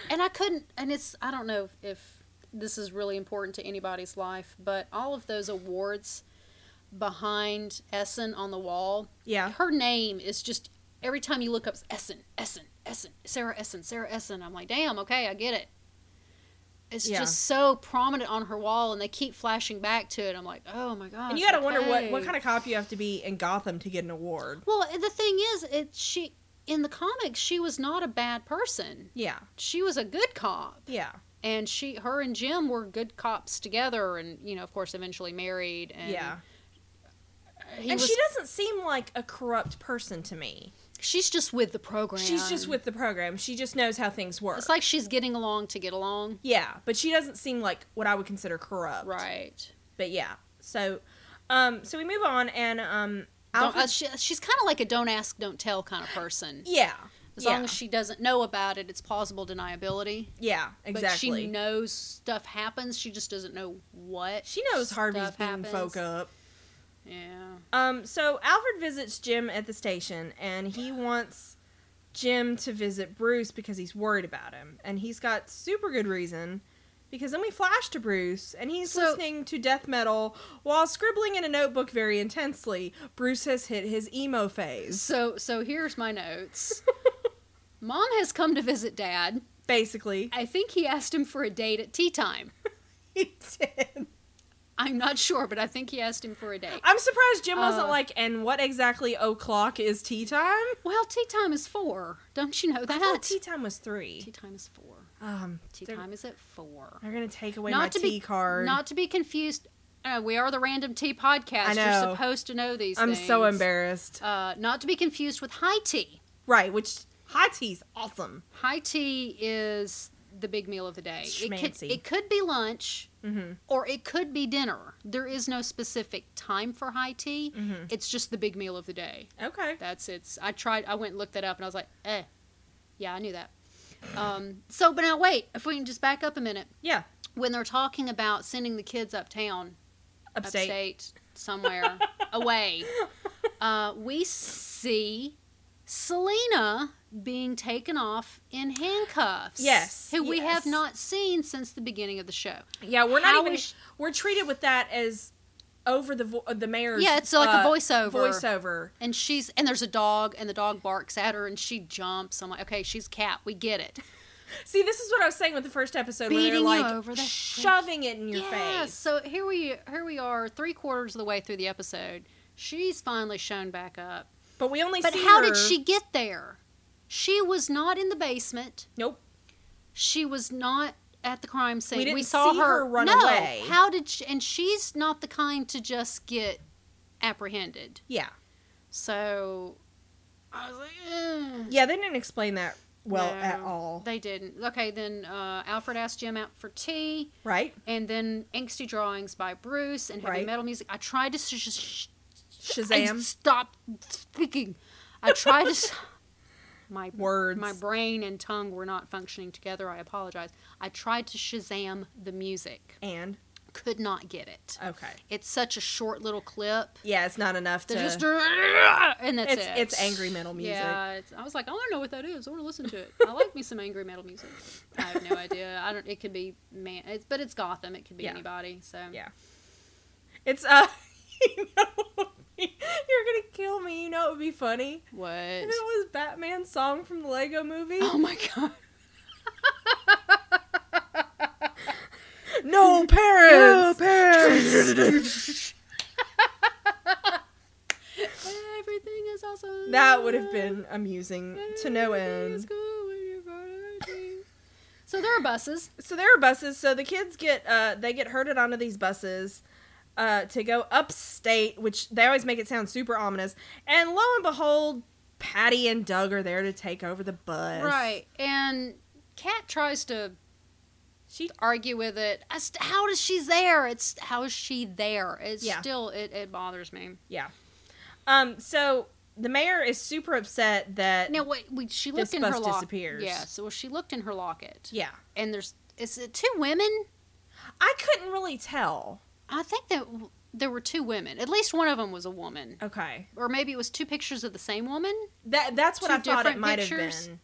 Speaker 2: and I couldn't. And it's I don't know if this is really important to anybody's life, but all of those awards behind Essen on the wall,
Speaker 1: Yeah,
Speaker 2: her name is just every time you look up it's Essen, Essen, Essen, Sarah Essen, Sarah Essen. I'm like, damn, okay, I get it. It's
Speaker 1: Yeah.
Speaker 2: just so prominent on her wall, and they keep flashing back to it. I'm like, oh my god.
Speaker 1: and you gotta wonder what what kind of cop you have to be in Gotham to get an award.
Speaker 2: Well, and the thing is, it she in the comics she was not a bad person.
Speaker 1: Yeah,
Speaker 2: She was a good cop,
Speaker 1: yeah,
Speaker 2: and she, her, and Jim were good cops together, and you know, of course, eventually married. And
Speaker 1: yeah.
Speaker 2: he
Speaker 1: And
Speaker 2: was,
Speaker 1: she doesn't seem like a corrupt person to me.
Speaker 2: she's just with the program.
Speaker 1: She's just with the program. She just knows how things work.
Speaker 2: It's like she's getting along to get along,
Speaker 1: yeah, but she doesn't seem like what I would consider corrupt.
Speaker 2: right?
Speaker 1: But yeah, so, um, so we move on and um,
Speaker 2: Don't,
Speaker 1: Alfred.
Speaker 2: uh, she, she's kind of like a don't ask, don't tell kind of person.
Speaker 1: yeah,
Speaker 2: As
Speaker 1: yeah,
Speaker 2: long as she doesn't know about it, it's plausible deniability.
Speaker 1: yeah,
Speaker 2: But
Speaker 1: exactly.
Speaker 2: she knows stuff happens. She just doesn't know what.
Speaker 1: She knows Harvey's
Speaker 2: stuff
Speaker 1: being folk
Speaker 2: happens.
Speaker 1: up.
Speaker 2: Yeah.
Speaker 1: Um, so Alfred visits Jim at the station, and he wants Jim to visit Bruce because he's worried about him, and he's got super good reason. Because then we flash to Bruce, and he's
Speaker 2: So-
Speaker 1: listening to death metal while scribbling in a notebook very intensely. Bruce has hit his emo phase,
Speaker 2: So so here's my notes. Mom has come to visit dad.
Speaker 1: basically.
Speaker 2: I think he asked him for a date at tea time.
Speaker 1: He did.
Speaker 2: I'm not sure, but I think he asked him for a date.
Speaker 1: I'm surprised Jim wasn't
Speaker 2: Uh.
Speaker 1: like, and what exactly o'clock is tea time?
Speaker 2: Well, tea time is four. Don't you know
Speaker 1: I thought
Speaker 2: that?
Speaker 1: tea time was three.
Speaker 2: Tea time is four.
Speaker 1: Um,
Speaker 2: Tea
Speaker 1: they're-
Speaker 2: time is at four.
Speaker 1: They're gonna take away
Speaker 2: Not
Speaker 1: my
Speaker 2: to
Speaker 1: tea
Speaker 2: be-
Speaker 1: card.
Speaker 2: Not to be confused. Uh, we are the Random Tea Podcast.
Speaker 1: I
Speaker 2: You're
Speaker 1: know.
Speaker 2: supposed to know these
Speaker 1: I'm
Speaker 2: things.
Speaker 1: so embarrassed.
Speaker 2: Uh, not to be confused with high tea.
Speaker 1: Right, which high tea's awesome.
Speaker 2: High tea is the big meal of the day. It could,
Speaker 1: Schmancy.
Speaker 2: it could be lunch.
Speaker 1: Mm-hmm.
Speaker 2: or it could be dinner. There is no specific time for high tea.
Speaker 1: Mhm.
Speaker 2: It's just the big meal of the day.
Speaker 1: Okay.
Speaker 2: That's it's. I tried. I went and looked that up, and I was like, eh, yeah, I knew that. Um, so, but now wait, if we can just back up a minute.
Speaker 1: Yeah.
Speaker 2: When they're talking about sending the kids uptown,
Speaker 1: Upstate.
Speaker 2: somewhere away, uh, we see Selena being taken off in handcuffs.
Speaker 1: Yes,
Speaker 2: Who we
Speaker 1: yes.
Speaker 2: have not seen since the beginning of the show.
Speaker 1: Yeah, we're not
Speaker 2: How
Speaker 1: even.
Speaker 2: is sh-
Speaker 1: we're treated with that as over the vo- uh, the mayor's.
Speaker 2: Yeah, it's like
Speaker 1: uh,
Speaker 2: a voiceover.
Speaker 1: Voiceover.
Speaker 2: And she's and there's a dog and the dog barks at her and she jumps. I'm like, okay, she's cat. We get it.
Speaker 1: See, this is what I was saying with the first episode where they're
Speaker 2: Beating you
Speaker 1: like
Speaker 2: over the
Speaker 1: shoving it in your
Speaker 2: yeah,
Speaker 1: face.
Speaker 2: So here we here we are, three quarters of the way through the episode. She's finally shown back up.
Speaker 1: But we only.
Speaker 2: But
Speaker 1: see
Speaker 2: how
Speaker 1: her-
Speaker 2: did she get there? She was not in the basement.
Speaker 1: Nope.
Speaker 2: She was not at the crime scene.
Speaker 1: didn't
Speaker 2: saw
Speaker 1: see
Speaker 2: her,
Speaker 1: her run
Speaker 2: no.
Speaker 1: away.
Speaker 2: How did she? And she's not the kind to just get apprehended.
Speaker 1: Yeah.
Speaker 2: So I was like, "Ugh."
Speaker 1: Yeah, they didn't explain that well
Speaker 2: No,
Speaker 1: at all.
Speaker 2: They didn't. Okay, then uh, Alfred asked Jim out for tea.
Speaker 1: Right?
Speaker 2: and then angsty drawings by Bruce and heavy
Speaker 1: Right.
Speaker 2: metal music. I tried to sh- sh- I
Speaker 1: Shazam.
Speaker 2: stopped speaking. I tried to. s my
Speaker 1: Words.
Speaker 2: my brain and tongue were not functioning together. I apologize. I tried to Shazam the music.
Speaker 1: and
Speaker 2: Could not get it.
Speaker 1: okay.
Speaker 2: It's such a short little clip.
Speaker 1: Yeah, it's not enough to.
Speaker 2: They're just and that's
Speaker 1: it's
Speaker 2: it.
Speaker 1: it's angry metal music.
Speaker 2: Yeah, it's, I was like, I don't know what that is. I want to listen to it. I like me some angry metal music. I have no idea. I don't. It could be man, it's, but it's Gotham. It could be
Speaker 1: Yeah.
Speaker 2: anybody. So
Speaker 1: Yeah. It's uh. you know, you're gonna kill me. You know it would be funny if it
Speaker 2: What?
Speaker 1: was Batman's song from the Lego Movie.
Speaker 2: Oh my god.
Speaker 1: No parents.
Speaker 2: Everything is awesome.
Speaker 1: That would have been amusing to no
Speaker 2: Everything is
Speaker 1: end.
Speaker 2: cool when you're part of a team. So there are buses.
Speaker 1: So there are buses. So the kids get uh, they get herded onto these buses uh, to go upstate, which they always make it sound super ominous. And lo and behold, Patty and Doug are there to take over the bus.
Speaker 2: Right. And Kat tries to
Speaker 1: She
Speaker 2: argue with it. As to how does she's there? It's how is she there? It's
Speaker 1: Yeah.
Speaker 2: still it, it bothers me.
Speaker 1: yeah. Um. So the mayor is super upset that
Speaker 2: Now wait, we, she looked
Speaker 1: This
Speaker 2: in
Speaker 1: bus
Speaker 2: her locket.
Speaker 1: disappears.
Speaker 2: Yeah, so she looked in her locket.
Speaker 1: yeah.
Speaker 2: And there's is it two women?
Speaker 1: I couldn't really tell.
Speaker 2: I think that w- there were two women. At least one of them was a woman.
Speaker 1: Okay.
Speaker 2: or maybe it was two pictures of the same woman.
Speaker 1: That that's what
Speaker 2: Two
Speaker 1: I thought it
Speaker 2: different
Speaker 1: might
Speaker 2: pictures?
Speaker 1: have been.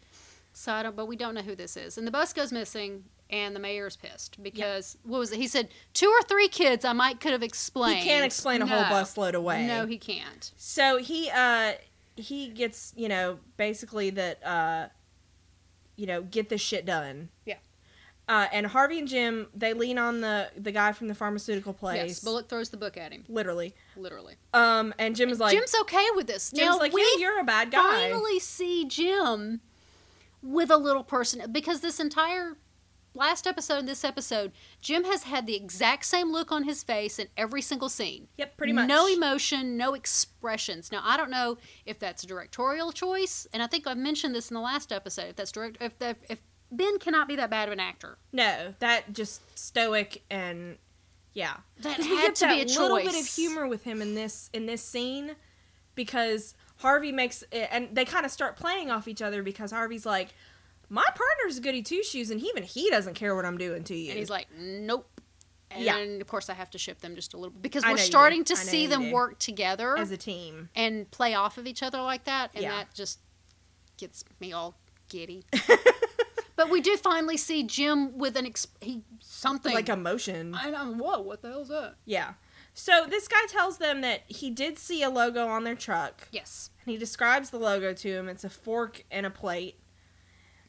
Speaker 2: So I don't, but we don't know who this is. And the bus goes missing, and the mayor's pissed because what was it? He said two or three kids. I might could have explained.
Speaker 1: He can't explain a whole
Speaker 2: No.
Speaker 1: busload away.
Speaker 2: No, he can't.
Speaker 1: So he uh he gets, you know, basically that uh you know, get this shit done.
Speaker 2: Yeah.
Speaker 1: Uh and Harvey and Jim, they lean on the the guy from the pharmaceutical place.
Speaker 2: Yes, Bullet throws the book at him,
Speaker 1: literally.
Speaker 2: literally.
Speaker 1: Um and Jim is like
Speaker 2: Jim's okay with this.
Speaker 1: Jim's
Speaker 2: now
Speaker 1: like,
Speaker 2: we
Speaker 1: "Yeah, you're a bad guy."
Speaker 2: finally see Jim with a little person because this entire last episode and this episode, Jim has had the exact same look on his face in every single scene.
Speaker 1: Yep, pretty much.
Speaker 2: No emotion, no expressions. Now, I don't know if that's a directorial choice, and I think I mentioned this in the last episode. If that's direct, if the, if Ben cannot be that bad of an actor,
Speaker 1: No, that just stoic and yeah.
Speaker 2: that
Speaker 1: 'Cause we
Speaker 2: had
Speaker 1: get
Speaker 2: to
Speaker 1: that
Speaker 2: be a
Speaker 1: little
Speaker 2: choice.
Speaker 1: bit of humor with him in this in this scene because Harvey makes eh, and they kind of start playing off each other because Harvey's like, my partner's a goody two shoes and even he doesn't care what I'm doing to you.
Speaker 2: And he's like, nope. And
Speaker 1: Yeah.
Speaker 2: of course, I have to ship them just a little because
Speaker 1: I
Speaker 2: we're
Speaker 1: know you do.
Speaker 2: starting to
Speaker 1: I know
Speaker 2: see
Speaker 1: you
Speaker 2: them
Speaker 1: do.
Speaker 2: work together
Speaker 1: as a team.
Speaker 2: and play off of each other like that, and
Speaker 1: Yeah.
Speaker 2: that just gets me all giddy. but we do finally see Jim with an ex- he something
Speaker 1: Like emotion.
Speaker 2: I know whoa, what the hell's that?
Speaker 1: Yeah. So this guy tells them that he did see a logo on their truck
Speaker 2: Yes,
Speaker 1: and he describes the logo to him. It's a fork and a plate.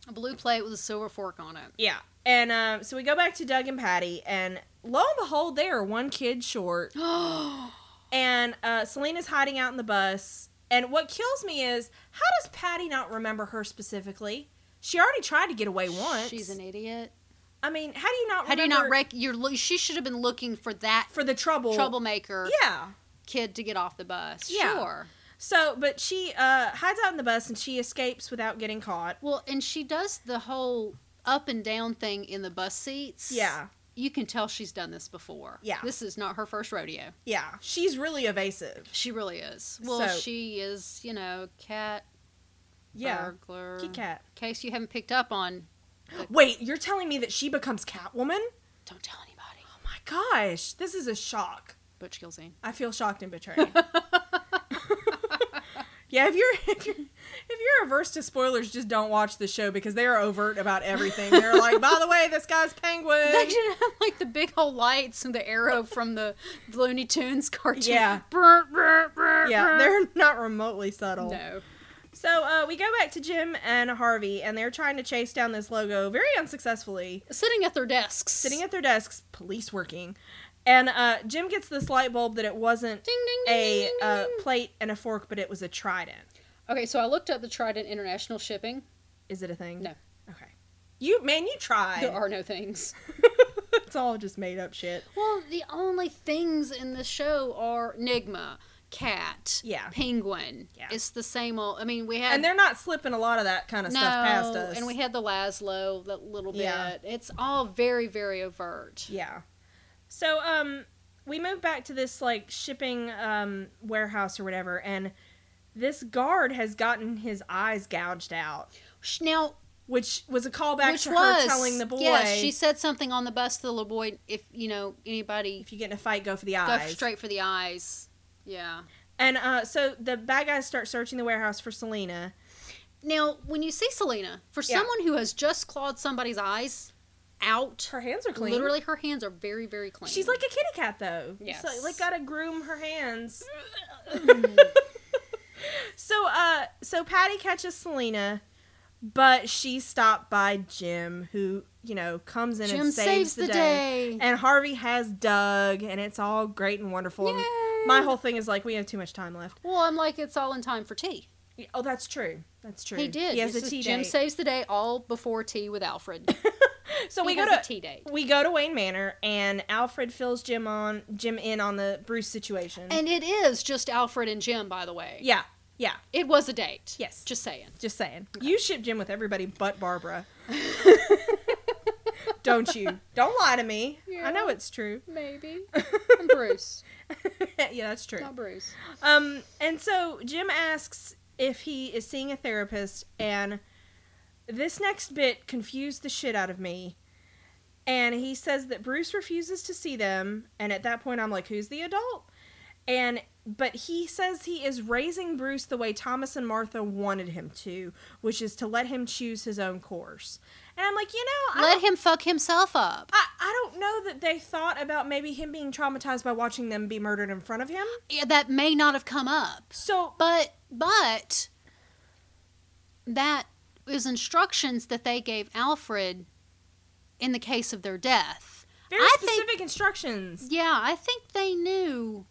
Speaker 2: a blue plate with a silver fork on it.
Speaker 1: Yeah. And um, so we go back to Doug and Patty and lo and behold, they are one kid short. and uh, Selena's hiding out in the bus. And what kills me is how does Patty not remember her specifically? She already tried to get away once.
Speaker 2: She's an idiot.
Speaker 1: I mean, how do you not?
Speaker 2: How do you
Speaker 1: remember
Speaker 2: not rec? You're lo- she should have been looking for that
Speaker 1: for the trouble?
Speaker 2: troublemaker
Speaker 1: Yeah.
Speaker 2: kid to get off the bus.
Speaker 1: Yeah.
Speaker 2: Sure.
Speaker 1: So, but she uh, hides out in the bus and she escapes without getting caught.
Speaker 2: Well, and she does the whole up and down thing in the bus seats.
Speaker 1: Yeah,
Speaker 2: You can tell she's done this before.
Speaker 1: Yeah.
Speaker 2: This is not her first rodeo.
Speaker 1: yeah. She's really evasive.
Speaker 2: She really is. Well,
Speaker 1: So-
Speaker 2: she is, you know, cat
Speaker 1: Yeah,
Speaker 2: burglar.
Speaker 1: Kit Kat.
Speaker 2: In case you haven't picked up on
Speaker 1: Wait, you're telling me that she becomes Catwoman?
Speaker 2: Don't tell anybody.
Speaker 1: Oh my gosh, this is a shock.
Speaker 2: Butch Gilzine.
Speaker 1: I feel shocked and betrayed. yeah, if you're if you're if you're averse to spoilers, just don't watch the show because they are overt about everything. They're like, by the way, this guy's penguin.
Speaker 2: They should have like the big old lights and the arrow from the Looney Tunes cartoon.
Speaker 1: Yeah.
Speaker 2: Brr, brr, brr,
Speaker 1: yeah,
Speaker 2: brr.
Speaker 1: they're not remotely subtle.
Speaker 2: no.
Speaker 1: So uh, we go back to Jim and Harvey, and they're trying to chase down this logo very unsuccessfully.
Speaker 2: Sitting at their desks.
Speaker 1: Sitting at their desks, police working, and uh, Jim gets this light bulb that it wasn't
Speaker 2: ding ding ding.
Speaker 1: a
Speaker 2: ding, ding,
Speaker 1: uh,
Speaker 2: ding.
Speaker 1: plate and a fork, but it was a trident.
Speaker 2: okay, so I looked up the Trident International Shipping.
Speaker 1: Is it a thing?
Speaker 2: No.
Speaker 1: Okay. You man, you
Speaker 2: There
Speaker 1: tried.
Speaker 2: are no things.
Speaker 1: it's all just made up shit.
Speaker 2: Well, the only things in the show are Nigma, Cat,
Speaker 1: Yeah.
Speaker 2: Penguin.
Speaker 1: Yeah.
Speaker 2: It's the same old. I mean, we had
Speaker 1: And they're not slipping a lot of that kind of
Speaker 2: no,
Speaker 1: stuff past us.
Speaker 2: and we had the Laszlo that little bit.
Speaker 1: Yeah.
Speaker 2: It's all very, very overt.
Speaker 1: Yeah. So um we move back to this like shipping um warehouse or whatever and this guard has gotten his eyes gouged out,
Speaker 2: Sh- Now,
Speaker 1: which was a callback
Speaker 2: which
Speaker 1: to
Speaker 2: was
Speaker 1: her telling the boy
Speaker 2: Yes, she said something on the bus to the little boy. If you know anybody,
Speaker 1: if you get in a fight go for the
Speaker 2: go
Speaker 1: eyes.
Speaker 2: straight for the eyes. Yeah.
Speaker 1: And uh so the bad guys start searching the warehouse for Selena.
Speaker 2: Now, when you see Selena, for
Speaker 1: Yeah.
Speaker 2: someone who has just clawed somebody's eyes out,
Speaker 1: Her hands are clean.
Speaker 2: literally her hands are very, very clean.
Speaker 1: She's like a kitty cat though.
Speaker 2: Yes.
Speaker 1: So, like gotta groom her hands. so uh so Patty catches Selena, but she's stopped by Jim, who, you know, comes in
Speaker 2: Jim
Speaker 1: and saves, the, day. And Harvey has Doug and it's all great and wonderful. And
Speaker 2: Yay.
Speaker 1: my whole thing is like we have too much time left.
Speaker 2: Well, I'm like, it's all in time for tea.
Speaker 1: Yeah, Oh, that's true. That's true.
Speaker 2: He did.
Speaker 1: He has a
Speaker 2: This is
Speaker 1: tea
Speaker 2: Jim
Speaker 1: date.
Speaker 2: saves the day all before tea with Alfred.
Speaker 1: so we
Speaker 2: he
Speaker 1: go
Speaker 2: has
Speaker 1: to
Speaker 2: a tea date.
Speaker 1: we go to Wayne Manor and Alfred fills Jim on Jim in on the Bruce situation.
Speaker 2: And it is just Alfred and Jim, by the way.
Speaker 1: Mm-hmm. yeah. Yeah.
Speaker 2: It was a date.
Speaker 1: Yes.
Speaker 2: Just saying.
Speaker 1: Just saying. You ship Jim with everybody but Barbara. Don't you? Don't lie to me. I know
Speaker 2: Yeah.
Speaker 1: it's true.
Speaker 2: Maybe. And Bruce.
Speaker 1: yeah, that's true.
Speaker 2: Not Bruce.
Speaker 1: Um, and so Jim asks if he is seeing a therapist, and this next bit confused the shit out of me. And he says that Bruce refuses to see them, and at that point I'm like, who's the adult? And but he says he is raising Bruce the way Thomas and Martha wanted him to, which is to let him choose his own course. And I'm like, you know, I
Speaker 2: Let
Speaker 1: don't,
Speaker 2: him fuck himself up.
Speaker 1: I, I don't know that they thought about maybe him being traumatized by watching them be murdered in front of him.
Speaker 2: Yeah, that may not have come up.
Speaker 1: So
Speaker 2: But but that is instructions that they gave Alfred in the case of their death.
Speaker 1: Very
Speaker 2: I think-
Speaker 1: specific instructions.
Speaker 2: Yeah, I think they knew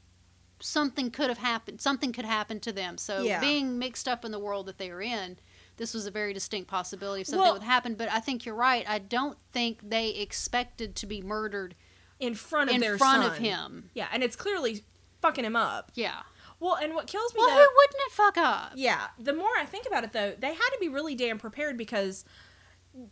Speaker 2: something could have happened. Something could happen to them. So
Speaker 1: Yeah.
Speaker 2: being mixed up in the world that they were in, this was a very distinct possibility of something
Speaker 1: Well-
Speaker 2: would happen. But I think you're right. I don't think they expected to be murdered
Speaker 1: in front of
Speaker 2: in
Speaker 1: their
Speaker 2: front of
Speaker 1: son.
Speaker 2: him.
Speaker 1: Yeah, and it's clearly fucking him up.
Speaker 2: Yeah.
Speaker 1: Well, and what kills me
Speaker 2: Well,
Speaker 1: though,
Speaker 2: who wouldn't it fuck up?
Speaker 1: yeah, the more I think about it though, they had to be really damn prepared because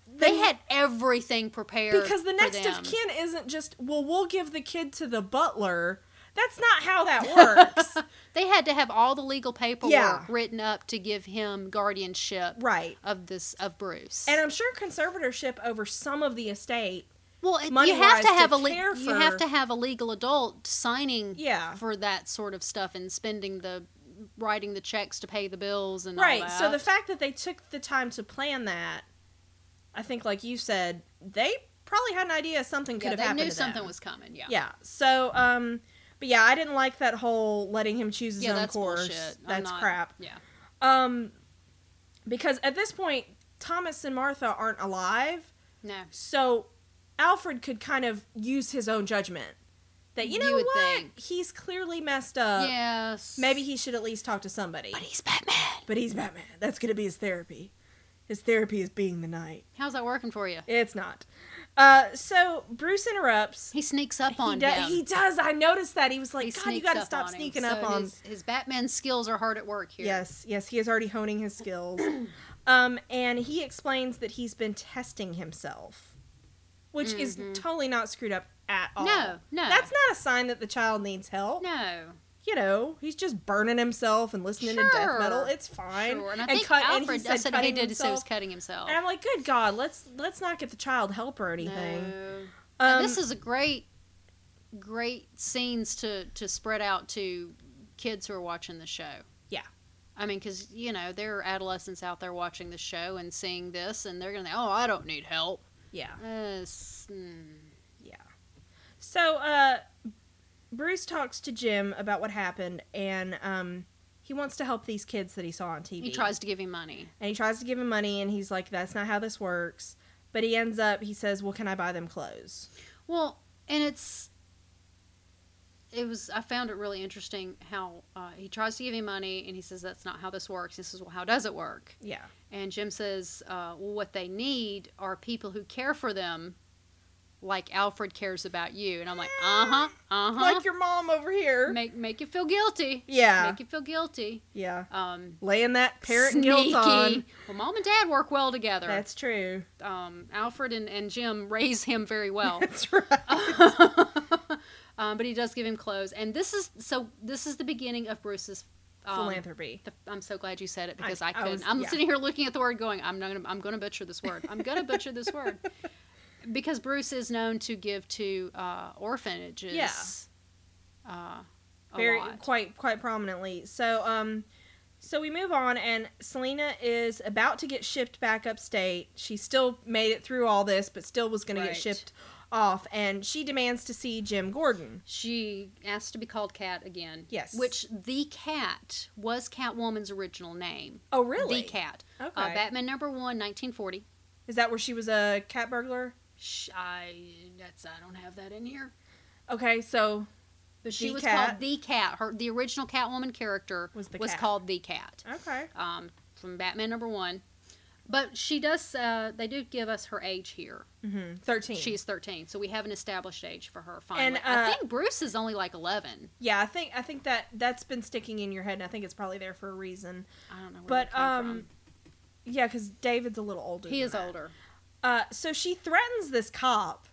Speaker 2: They had everything prepared
Speaker 1: because the
Speaker 2: for
Speaker 1: next
Speaker 2: them.
Speaker 1: of kin isn't just well, we'll give the kid to the butler. That's not how that works.
Speaker 2: They had to have all the legal paperwork
Speaker 1: Yeah.
Speaker 2: written up to give him guardianship
Speaker 1: right.
Speaker 2: of this of Bruce.
Speaker 1: And I'm sure conservatorship over some of the estate.
Speaker 2: well, it- you
Speaker 1: money-wise
Speaker 2: have to
Speaker 1: to
Speaker 2: have a le-
Speaker 1: care
Speaker 2: you have
Speaker 1: for-
Speaker 2: to have a legal adult signing
Speaker 1: Yeah.
Speaker 2: for that sort of stuff and spending the writing the checks to pay the bills and all
Speaker 1: Right. So the
Speaker 2: that.
Speaker 1: fact that they took the time to plan that, I think like you said, they probably had an idea something could
Speaker 2: yeah,
Speaker 1: have
Speaker 2: they
Speaker 1: happened
Speaker 2: knew
Speaker 1: to them.
Speaker 2: something was coming. Yeah.
Speaker 1: Yeah. So, um, but yeah, I didn't like that whole letting him choose his
Speaker 2: Yeah,
Speaker 1: own
Speaker 2: that's
Speaker 1: course.
Speaker 2: bullshit. I'm
Speaker 1: That's
Speaker 2: not-
Speaker 1: crap.
Speaker 2: Yeah.
Speaker 1: Um, because at this point, Thomas and Martha aren't alive,
Speaker 2: No.
Speaker 1: so Alfred could kind of use his own judgment. That you
Speaker 2: You
Speaker 1: know
Speaker 2: would
Speaker 1: what,
Speaker 2: think.
Speaker 1: he's clearly messed up.
Speaker 2: yes.
Speaker 1: Uh, Maybe he should at least talk to somebody.
Speaker 2: But he's Batman.
Speaker 1: But he's Batman. That's gonna be his therapy. His therapy is being the night.
Speaker 2: How's that working for you?
Speaker 1: It's not. Uh, so Bruce interrupts
Speaker 2: He sneaks up on
Speaker 1: he, do-
Speaker 2: him.
Speaker 1: he does. I noticed that. He was like,
Speaker 2: He
Speaker 1: God, you
Speaker 2: sneaks
Speaker 1: got to
Speaker 2: up
Speaker 1: stop
Speaker 2: on him.
Speaker 1: sneaking
Speaker 2: So
Speaker 1: up on.
Speaker 2: his, his Batman skills are hard at work here.
Speaker 1: Yes, yes, he is already honing his skills. um, and he explains that he's been testing himself, which is
Speaker 2: Mhm.
Speaker 1: totally not screwed up at all.
Speaker 2: No, no.
Speaker 1: That's not a sign that the child needs help.
Speaker 2: No.
Speaker 1: you know, he's just burning himself and listening to death metal.
Speaker 2: Sure.
Speaker 1: It's fine.
Speaker 2: Sure. And I
Speaker 1: And
Speaker 2: think
Speaker 1: cut- and he
Speaker 2: Alfred
Speaker 1: said
Speaker 2: said, he
Speaker 1: cutting
Speaker 2: did so was
Speaker 1: himself.
Speaker 2: cutting himself.
Speaker 1: And I'm like, good God, let's let's not get the child help or anything.
Speaker 2: No.
Speaker 1: Um,
Speaker 2: And this is a great, great scenes to to spread out to kids who are watching the show.
Speaker 1: Yeah.
Speaker 2: I mean, because you know there are adolescents out there watching the show and seeing this, and they're gonna, think, oh, I don't need help.
Speaker 1: yeah.
Speaker 2: Uh, s- mm.
Speaker 1: So uh, Bruce talks to Jim about what happened, and um, he wants to help these kids that he saw on TV.
Speaker 2: He tries to give him money.
Speaker 1: and he tries to give him money, and he's like, "That's not how this works." But he ends up. He says, "Well, can I buy them clothes?"
Speaker 2: Well, and it's it was I found it really interesting how uh, he tries to give him money and he says that's not how this works. He says, well, how does it work?
Speaker 1: Yeah.
Speaker 2: And Jim says, uh, well, what they need are people who care for them, like Alfred cares about you. And I'm like, uh huh, uh huh.
Speaker 1: Mm. Like your mom over here.
Speaker 2: Make make you feel guilty.
Speaker 1: yeah.
Speaker 2: Make you feel guilty.
Speaker 1: yeah.
Speaker 2: Um,
Speaker 1: Laying that parent
Speaker 2: sneaky.
Speaker 1: guilt on.
Speaker 2: Well, mom and dad work well together.
Speaker 1: That's true.
Speaker 2: um, Alfred and, and Jim raise him very well.
Speaker 1: That's right.
Speaker 2: um, but he does give him clothes, and this is so. This is the beginning of Bruce's um,
Speaker 1: Philanthropy.
Speaker 2: the- I'm so glad you said it because I,
Speaker 1: I
Speaker 2: couldn't.
Speaker 1: was-
Speaker 2: I'm
Speaker 1: yeah.
Speaker 2: sitting here looking at the word, going, "I'm not gonna, I'm gonna butcher this word. I'm gonna butcher this word," because Bruce is known to give to uh, orphanages. Uh, a
Speaker 1: Very
Speaker 2: lot.
Speaker 1: quite quite prominently. So um so we move on and Selena is about to get shipped back upstate. She still made it through all this but still was going to
Speaker 2: Right.
Speaker 1: get shipped off and she demands to see Jim Gordon.
Speaker 2: She asked to be called Cat again.
Speaker 1: Yes.
Speaker 2: Which the Cat was Catwoman's original name.
Speaker 1: Oh really?
Speaker 2: The Cat.
Speaker 1: Okay.
Speaker 2: Uh, Batman number one, 1940.
Speaker 1: is that where she was a cat burglar?
Speaker 2: Sh- I that's I don't have that in here.
Speaker 1: Okay, so
Speaker 2: But she
Speaker 1: The
Speaker 2: was
Speaker 1: Cat.
Speaker 2: called the Cat. Her the original Catwoman character
Speaker 1: Was the
Speaker 2: was
Speaker 1: Cat.
Speaker 2: called the Cat
Speaker 1: okay.
Speaker 2: um, from Batman number one. But she does. Uh, they do give us her age here.
Speaker 1: Mhm. 13.
Speaker 2: She's thirteen, so we have an established age for her. Finally,
Speaker 1: uh,
Speaker 2: I think Bruce is only like eleven.
Speaker 1: yeah, I think I think that that's been sticking in your head and I think it's probably there for a reason.
Speaker 2: I don't know. Where
Speaker 1: But,
Speaker 2: that came
Speaker 1: um, Yeah, cuz David's a little older.
Speaker 2: from. he
Speaker 1: than
Speaker 2: is
Speaker 1: that.
Speaker 2: older.
Speaker 1: Uh, so she threatens this cop,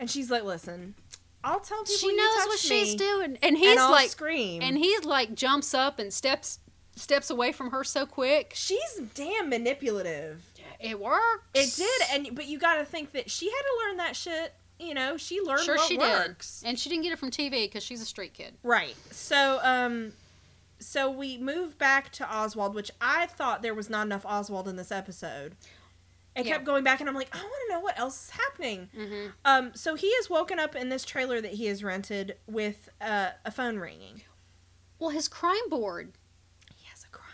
Speaker 1: and she's like, "Listen, I'll tell people
Speaker 2: She
Speaker 1: you
Speaker 2: knows
Speaker 1: touch
Speaker 2: what
Speaker 1: me,
Speaker 2: she's doing, and
Speaker 1: and
Speaker 2: he's
Speaker 1: I'll
Speaker 2: like,
Speaker 1: scream."
Speaker 2: and he like jumps up and steps steps away from her so quick.
Speaker 1: she's damn manipulative.
Speaker 2: It works.
Speaker 1: It did, and but you got to think that she had to learn that shit. You know, she learned
Speaker 2: sure
Speaker 1: what
Speaker 2: she
Speaker 1: works.
Speaker 2: did and she didn't get it from tv because she's a street kid
Speaker 1: Right. So, um, so we move back to Oswald, which I thought there was not enough Oswald in this episode. It
Speaker 2: Yeah.
Speaker 1: kept going back, and I'm like, I want to know what else is happening.
Speaker 2: mm-hmm.
Speaker 1: Um, so he is woken up in this trailer that he has rented with uh, a phone ringing.
Speaker 2: well his crime board
Speaker 1: He has a crime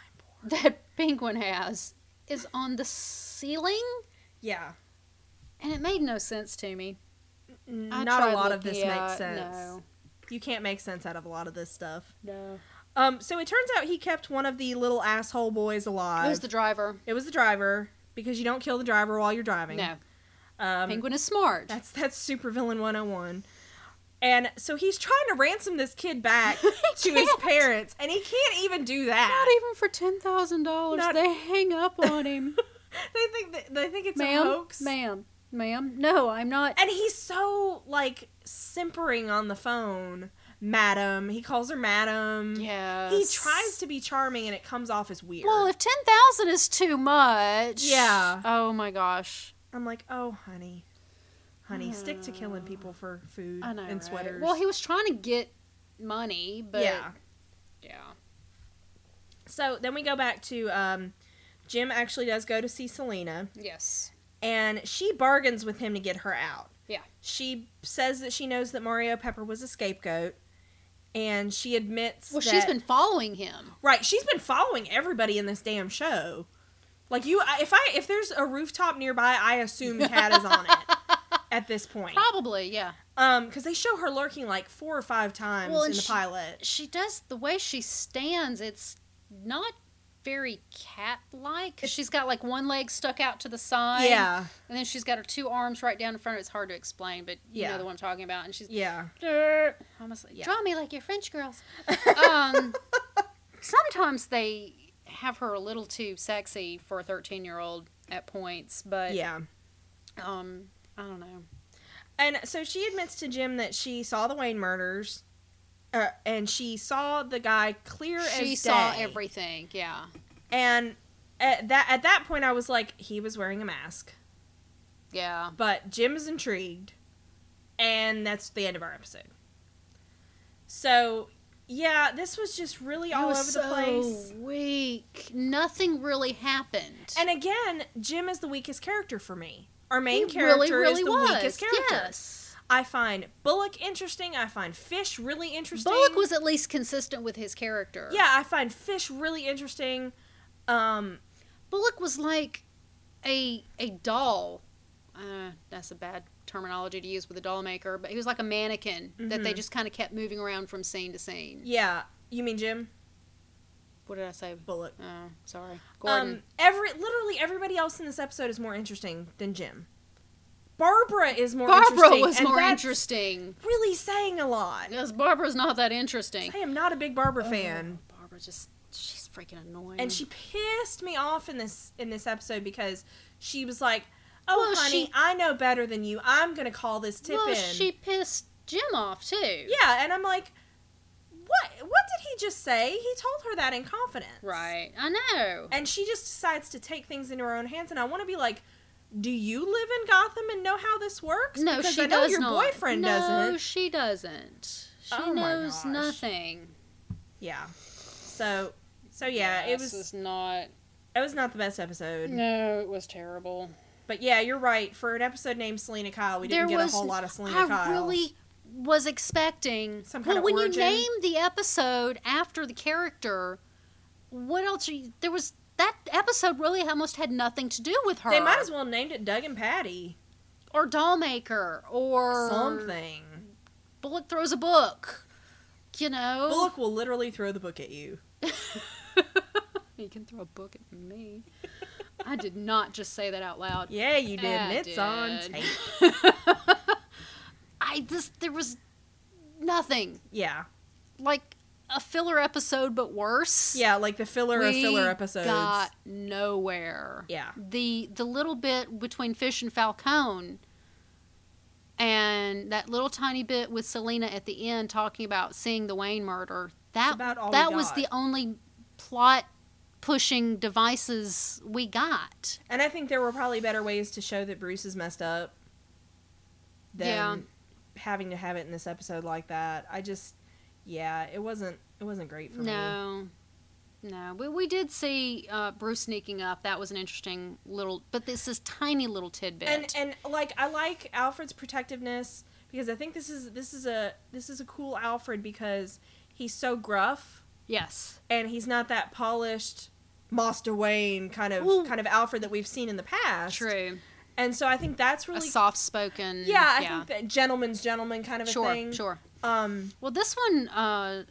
Speaker 1: board.
Speaker 2: that penguin has is on the ceiling
Speaker 1: Yeah.
Speaker 2: and it made no sense to me
Speaker 1: N-
Speaker 2: I
Speaker 1: Mm, Not a
Speaker 2: tried
Speaker 1: lot of
Speaker 2: looking-
Speaker 1: this
Speaker 2: yeah,
Speaker 1: makes sense.
Speaker 2: no
Speaker 1: You can't make sense out of a lot of this stuff.
Speaker 2: no
Speaker 1: Um, so it turns out he kept one of the little asshole boys alive.
Speaker 2: it was the driver
Speaker 1: It was the driver because you don't kill the driver while you're driving.
Speaker 2: no
Speaker 1: Um,
Speaker 2: penguin is smart
Speaker 1: That's that's supervillain 101. And so he's trying to ransom this kid back
Speaker 2: He
Speaker 1: to his
Speaker 2: can't.
Speaker 1: parents, and he can't even do that.
Speaker 2: not even for ten thousand dollars
Speaker 1: Not-
Speaker 2: they hang up on him
Speaker 1: they think that, they think it's a
Speaker 2: e- ma'am
Speaker 1: hoax.
Speaker 2: ma'am ma'am no i'm not
Speaker 1: And he's so like simpering on the phone, madam. He calls her madam.
Speaker 2: yeah
Speaker 1: He tries to be charming and it comes off as weird.
Speaker 2: well if ten thousand is too much
Speaker 1: Yeah.
Speaker 2: oh my gosh
Speaker 1: I'm like, oh, honey, honey, stick to killing
Speaker 2: Mm.
Speaker 1: people for food
Speaker 2: I know,
Speaker 1: and
Speaker 2: right?
Speaker 1: sweaters.
Speaker 2: Well, he was trying to get money, but
Speaker 1: yeah.
Speaker 2: yeah,
Speaker 1: So then we go back to um, Jim actually does go to see Selena,
Speaker 2: yes,
Speaker 1: and she bargains with him to get her out.
Speaker 2: Yeah.
Speaker 1: She says that she knows that Mario Pepper was a scapegoat, and she admits.
Speaker 2: well,
Speaker 1: that,
Speaker 2: she's been following him.
Speaker 1: right. She's been following everybody in this damn show. Like you, I- if I if there's a rooftop nearby, I assume Kat is on it at this point.
Speaker 2: Probably, yeah.
Speaker 1: Um, because they show her lurking like four or five times
Speaker 2: Well,
Speaker 1: in
Speaker 2: and
Speaker 1: the
Speaker 2: she-
Speaker 1: pilot.
Speaker 2: She does the way she stands. It's not very cat-like because she's got like one leg stuck out to the side,
Speaker 1: Yeah,
Speaker 2: and then she's got her two arms right down in front. of it. It's hard to explain, but you
Speaker 1: Yeah.
Speaker 2: know the one I'm talking about. And she's
Speaker 1: yeah.
Speaker 2: almost like
Speaker 1: Yeah.
Speaker 2: draw me like your French girls. um, sometimes they have her a little too sexy for a 13-year-old at points, but
Speaker 1: Yeah.
Speaker 2: um, I don't know.
Speaker 1: And so she admits to Jim that she saw the Wayne murders uh, and she saw the guy clear as
Speaker 2: she
Speaker 1: day.
Speaker 2: saw everything. Yeah.
Speaker 1: And at that at that point, I was like, he was wearing a mask.
Speaker 2: Yeah.
Speaker 1: But Jim is intrigued, and that's the end of our episode. So, yeah, this was just really all
Speaker 2: It
Speaker 1: over
Speaker 2: was
Speaker 1: the place.
Speaker 2: so Weak. Nothing really happened.
Speaker 1: And again, Jim is the weakest character for me. Our main
Speaker 2: He
Speaker 1: character
Speaker 2: really, really
Speaker 1: is the
Speaker 2: was.
Speaker 1: weakest character.
Speaker 2: Yes.
Speaker 1: I find Bullock interesting. I find Fish really interesting.
Speaker 2: Bullock was at least consistent with his character.
Speaker 1: Yeah, I find Fish really interesting. Um,
Speaker 2: Bullock was like a a doll. Uh, that's a bad terminology to use with a doll maker, but he was like a mannequin that they
Speaker 1: Mhm.
Speaker 2: just kind of kept moving around from scene to scene.
Speaker 1: yeah, you mean Jim
Speaker 2: What did I say?
Speaker 1: Bullock?
Speaker 2: Oh, sorry, Gordon.
Speaker 1: Um, every literally everybody else in this episode is more interesting than Jim. Barbara is more
Speaker 2: Barbara
Speaker 1: interesting.
Speaker 2: was
Speaker 1: and
Speaker 2: more
Speaker 1: that's
Speaker 2: interesting.
Speaker 1: Really saying a lot.
Speaker 2: Yes, Barbara's not that interesting.
Speaker 1: I am not a big Barbara fan,
Speaker 2: Oh, Barbara just she's freaking annoying.
Speaker 1: and she pissed me off in this in this episode because she was like, "Oh,
Speaker 2: Well,
Speaker 1: honey,
Speaker 2: she-
Speaker 1: I know better than you. I'm gonna call this tip
Speaker 2: well,
Speaker 1: in."
Speaker 2: she pissed Jim off too.
Speaker 1: Yeah, and I'm like, "What? What did he just say? He told her that in confidence,
Speaker 2: Right. I know.
Speaker 1: and she just decides to take things into her own hands and i want to be like do you live in gotham and know how this works
Speaker 2: No,
Speaker 1: because
Speaker 2: she
Speaker 1: i know
Speaker 2: does
Speaker 1: your
Speaker 2: not.
Speaker 1: boyfriend
Speaker 2: no,
Speaker 1: doesn't
Speaker 2: she doesn't. She
Speaker 1: Oh my
Speaker 2: knows
Speaker 1: gosh.
Speaker 2: nothing.
Speaker 1: yeah so so yeah, it
Speaker 2: this
Speaker 1: was
Speaker 2: is not.
Speaker 1: it was not the best episode
Speaker 2: No, it was terrible.
Speaker 1: but yeah you're right for an episode named selena kyle we didn't
Speaker 2: There
Speaker 1: get a
Speaker 2: was-
Speaker 1: whole lot of selena
Speaker 2: I
Speaker 1: kyle
Speaker 2: really was expecting
Speaker 1: Some kind
Speaker 2: well,
Speaker 1: of
Speaker 2: when
Speaker 1: origin.
Speaker 2: you name the episode after the character. What else? Are you, there was that episode really almost had nothing to do with her.
Speaker 1: they might as well have named it doug and patty
Speaker 2: or Dollmaker or
Speaker 1: something
Speaker 2: Bullock throws a book. You know,
Speaker 1: bullock will literally throw the book at you
Speaker 2: you can throw a book at me. I did not just say that out loud.
Speaker 1: yeah you did and
Speaker 2: I
Speaker 1: it's on
Speaker 2: did.
Speaker 1: tape
Speaker 2: I just there was nothing
Speaker 1: yeah
Speaker 2: like a filler episode, but worse.
Speaker 1: yeah like the filler of
Speaker 2: We
Speaker 1: filler episodes
Speaker 2: got nowhere.
Speaker 1: Yeah.
Speaker 2: the the little bit between Fish and Falcone, and that little tiny bit with Selena at the end talking about seeing the Wayne murder. That
Speaker 1: about all we
Speaker 2: that was
Speaker 1: got.
Speaker 2: the only plot pushing devices we got.
Speaker 1: And I think there were probably better ways to show that Bruce is messed up than
Speaker 2: Yeah.
Speaker 1: having to have it in this episode like that. I just yeah, it wasn't it wasn't great for me.
Speaker 2: No. No, but we did see uh, Bruce sneaking up. That was an interesting little, but this is tiny little tidbit.
Speaker 1: And and like I like Alfred's protectiveness because I think this is this is a this is a cool Alfred because he's so gruff
Speaker 2: yes,
Speaker 1: and he's not that polished Master Wayne kind of
Speaker 2: Well-
Speaker 1: kind of Alfred that we've seen in the past.
Speaker 2: true.
Speaker 1: And so I think that's
Speaker 2: A
Speaker 1: really
Speaker 2: soft spoken.
Speaker 1: yeah, I think that gentleman's gentleman kind of a
Speaker 2: sure,
Speaker 1: thing.
Speaker 2: sure.
Speaker 1: Um
Speaker 2: Well, this one uh,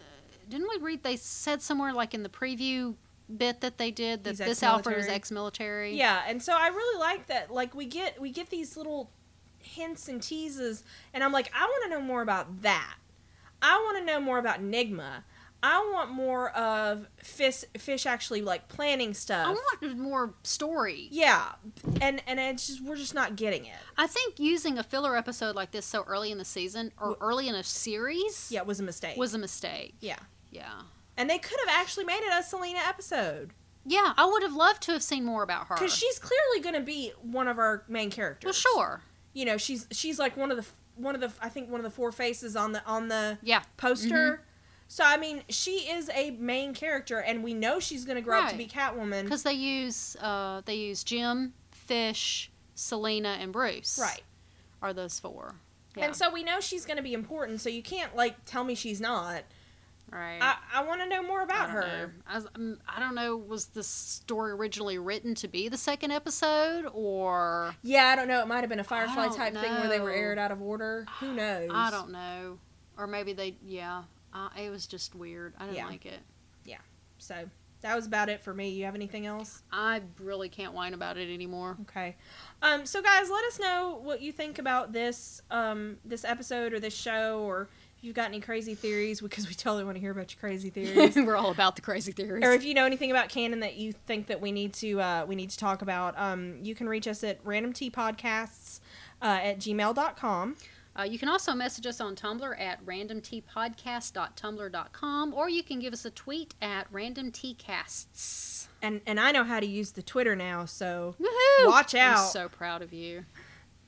Speaker 2: didn't we read? They said somewhere like in the preview bit that they did that
Speaker 1: He's
Speaker 2: this Alfred was
Speaker 1: ex-military.
Speaker 2: ex-military.
Speaker 1: Yeah, and so I really like that. Like we get we get these little hints and teases, and I'm like, I want to know more about that. I want to know more about Nigma. I want more of fish fish actually like planning
Speaker 2: I
Speaker 1: stuff.
Speaker 2: want more story.
Speaker 1: yeah, and and it's just we're just not getting it.
Speaker 2: I think using a filler episode like this so early in the season or
Speaker 1: Wa-
Speaker 2: early in a series
Speaker 1: Yeah, it was a mistake.
Speaker 2: was a mistake.
Speaker 1: yeah,
Speaker 2: Yeah.
Speaker 1: and they could have actually made it a Selena episode
Speaker 2: Yeah, I would have loved to have seen more about her.
Speaker 1: because she's clearly going to be one of our main characters.
Speaker 2: well, sure.
Speaker 1: You know, she's she's like one of the f- one of the I think one of the four faces on the on the
Speaker 2: Yeah.
Speaker 1: poster.
Speaker 2: Mm-hmm.
Speaker 1: So I mean, she is a main character, and we know she's going to grow up to be
Speaker 2: Right.
Speaker 1: Catwoman,
Speaker 2: Because they use uh, they use Jim, Fish, Selena, and Bruce.
Speaker 1: right?
Speaker 2: Are those four? Yeah.
Speaker 1: And so we know she's going to be important. So you can't like tell me she's not.
Speaker 2: right.
Speaker 1: I I want to know more
Speaker 2: I
Speaker 1: about
Speaker 2: don't
Speaker 1: her.
Speaker 2: know. I, was- um, I don't know. Was this story originally written to be the second episode, or
Speaker 1: Yeah, I don't know. It might have been a Firefly
Speaker 2: don't
Speaker 1: type thing where they were
Speaker 2: know.
Speaker 1: aired out of order. Who knows?
Speaker 2: I don't know, or maybe they? Yeah, I, it was just weird. I didn't
Speaker 1: Yeah.
Speaker 2: like it.
Speaker 1: So that was about it for me. You have anything else?
Speaker 2: I really can't whine about it anymore.
Speaker 1: Okay. Um, so guys, let us know what you think about this um, this episode or this show, or if you've got any crazy theories, because we totally want to hear about your crazy theories.
Speaker 2: We're all about the crazy theories.
Speaker 1: or if you know anything about canon that you think that we need to uh, we need to talk about um, you can reach us at randomtpodcasts uh, at gmail.com
Speaker 2: Uh, you can also message us on Tumblr at randomtpodcast.tumblr.com or you can give us a tweet at randomtcasts.
Speaker 1: And and I know how to use the Twitter now, so
Speaker 2: Woohoo!
Speaker 1: Watch out.
Speaker 2: I'm so proud of you.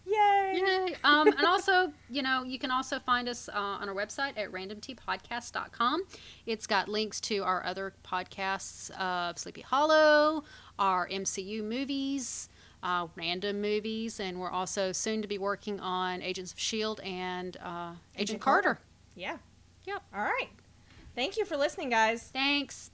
Speaker 1: yay!
Speaker 2: Yay! Um, and also, you know, you can also find us uh, on our website at randomtpodcast.com. It's got links to our other podcasts of Sleepy Hollow, our MCU movies, uh, random movies, and we're also soon to be working on Agents of S.H.I.E.L.D. E and uh, Agent,
Speaker 1: Agent Carter.
Speaker 2: Carter.
Speaker 1: Yeah.
Speaker 2: Yep.
Speaker 1: All right. Thank you for listening, guys.
Speaker 2: Thanks.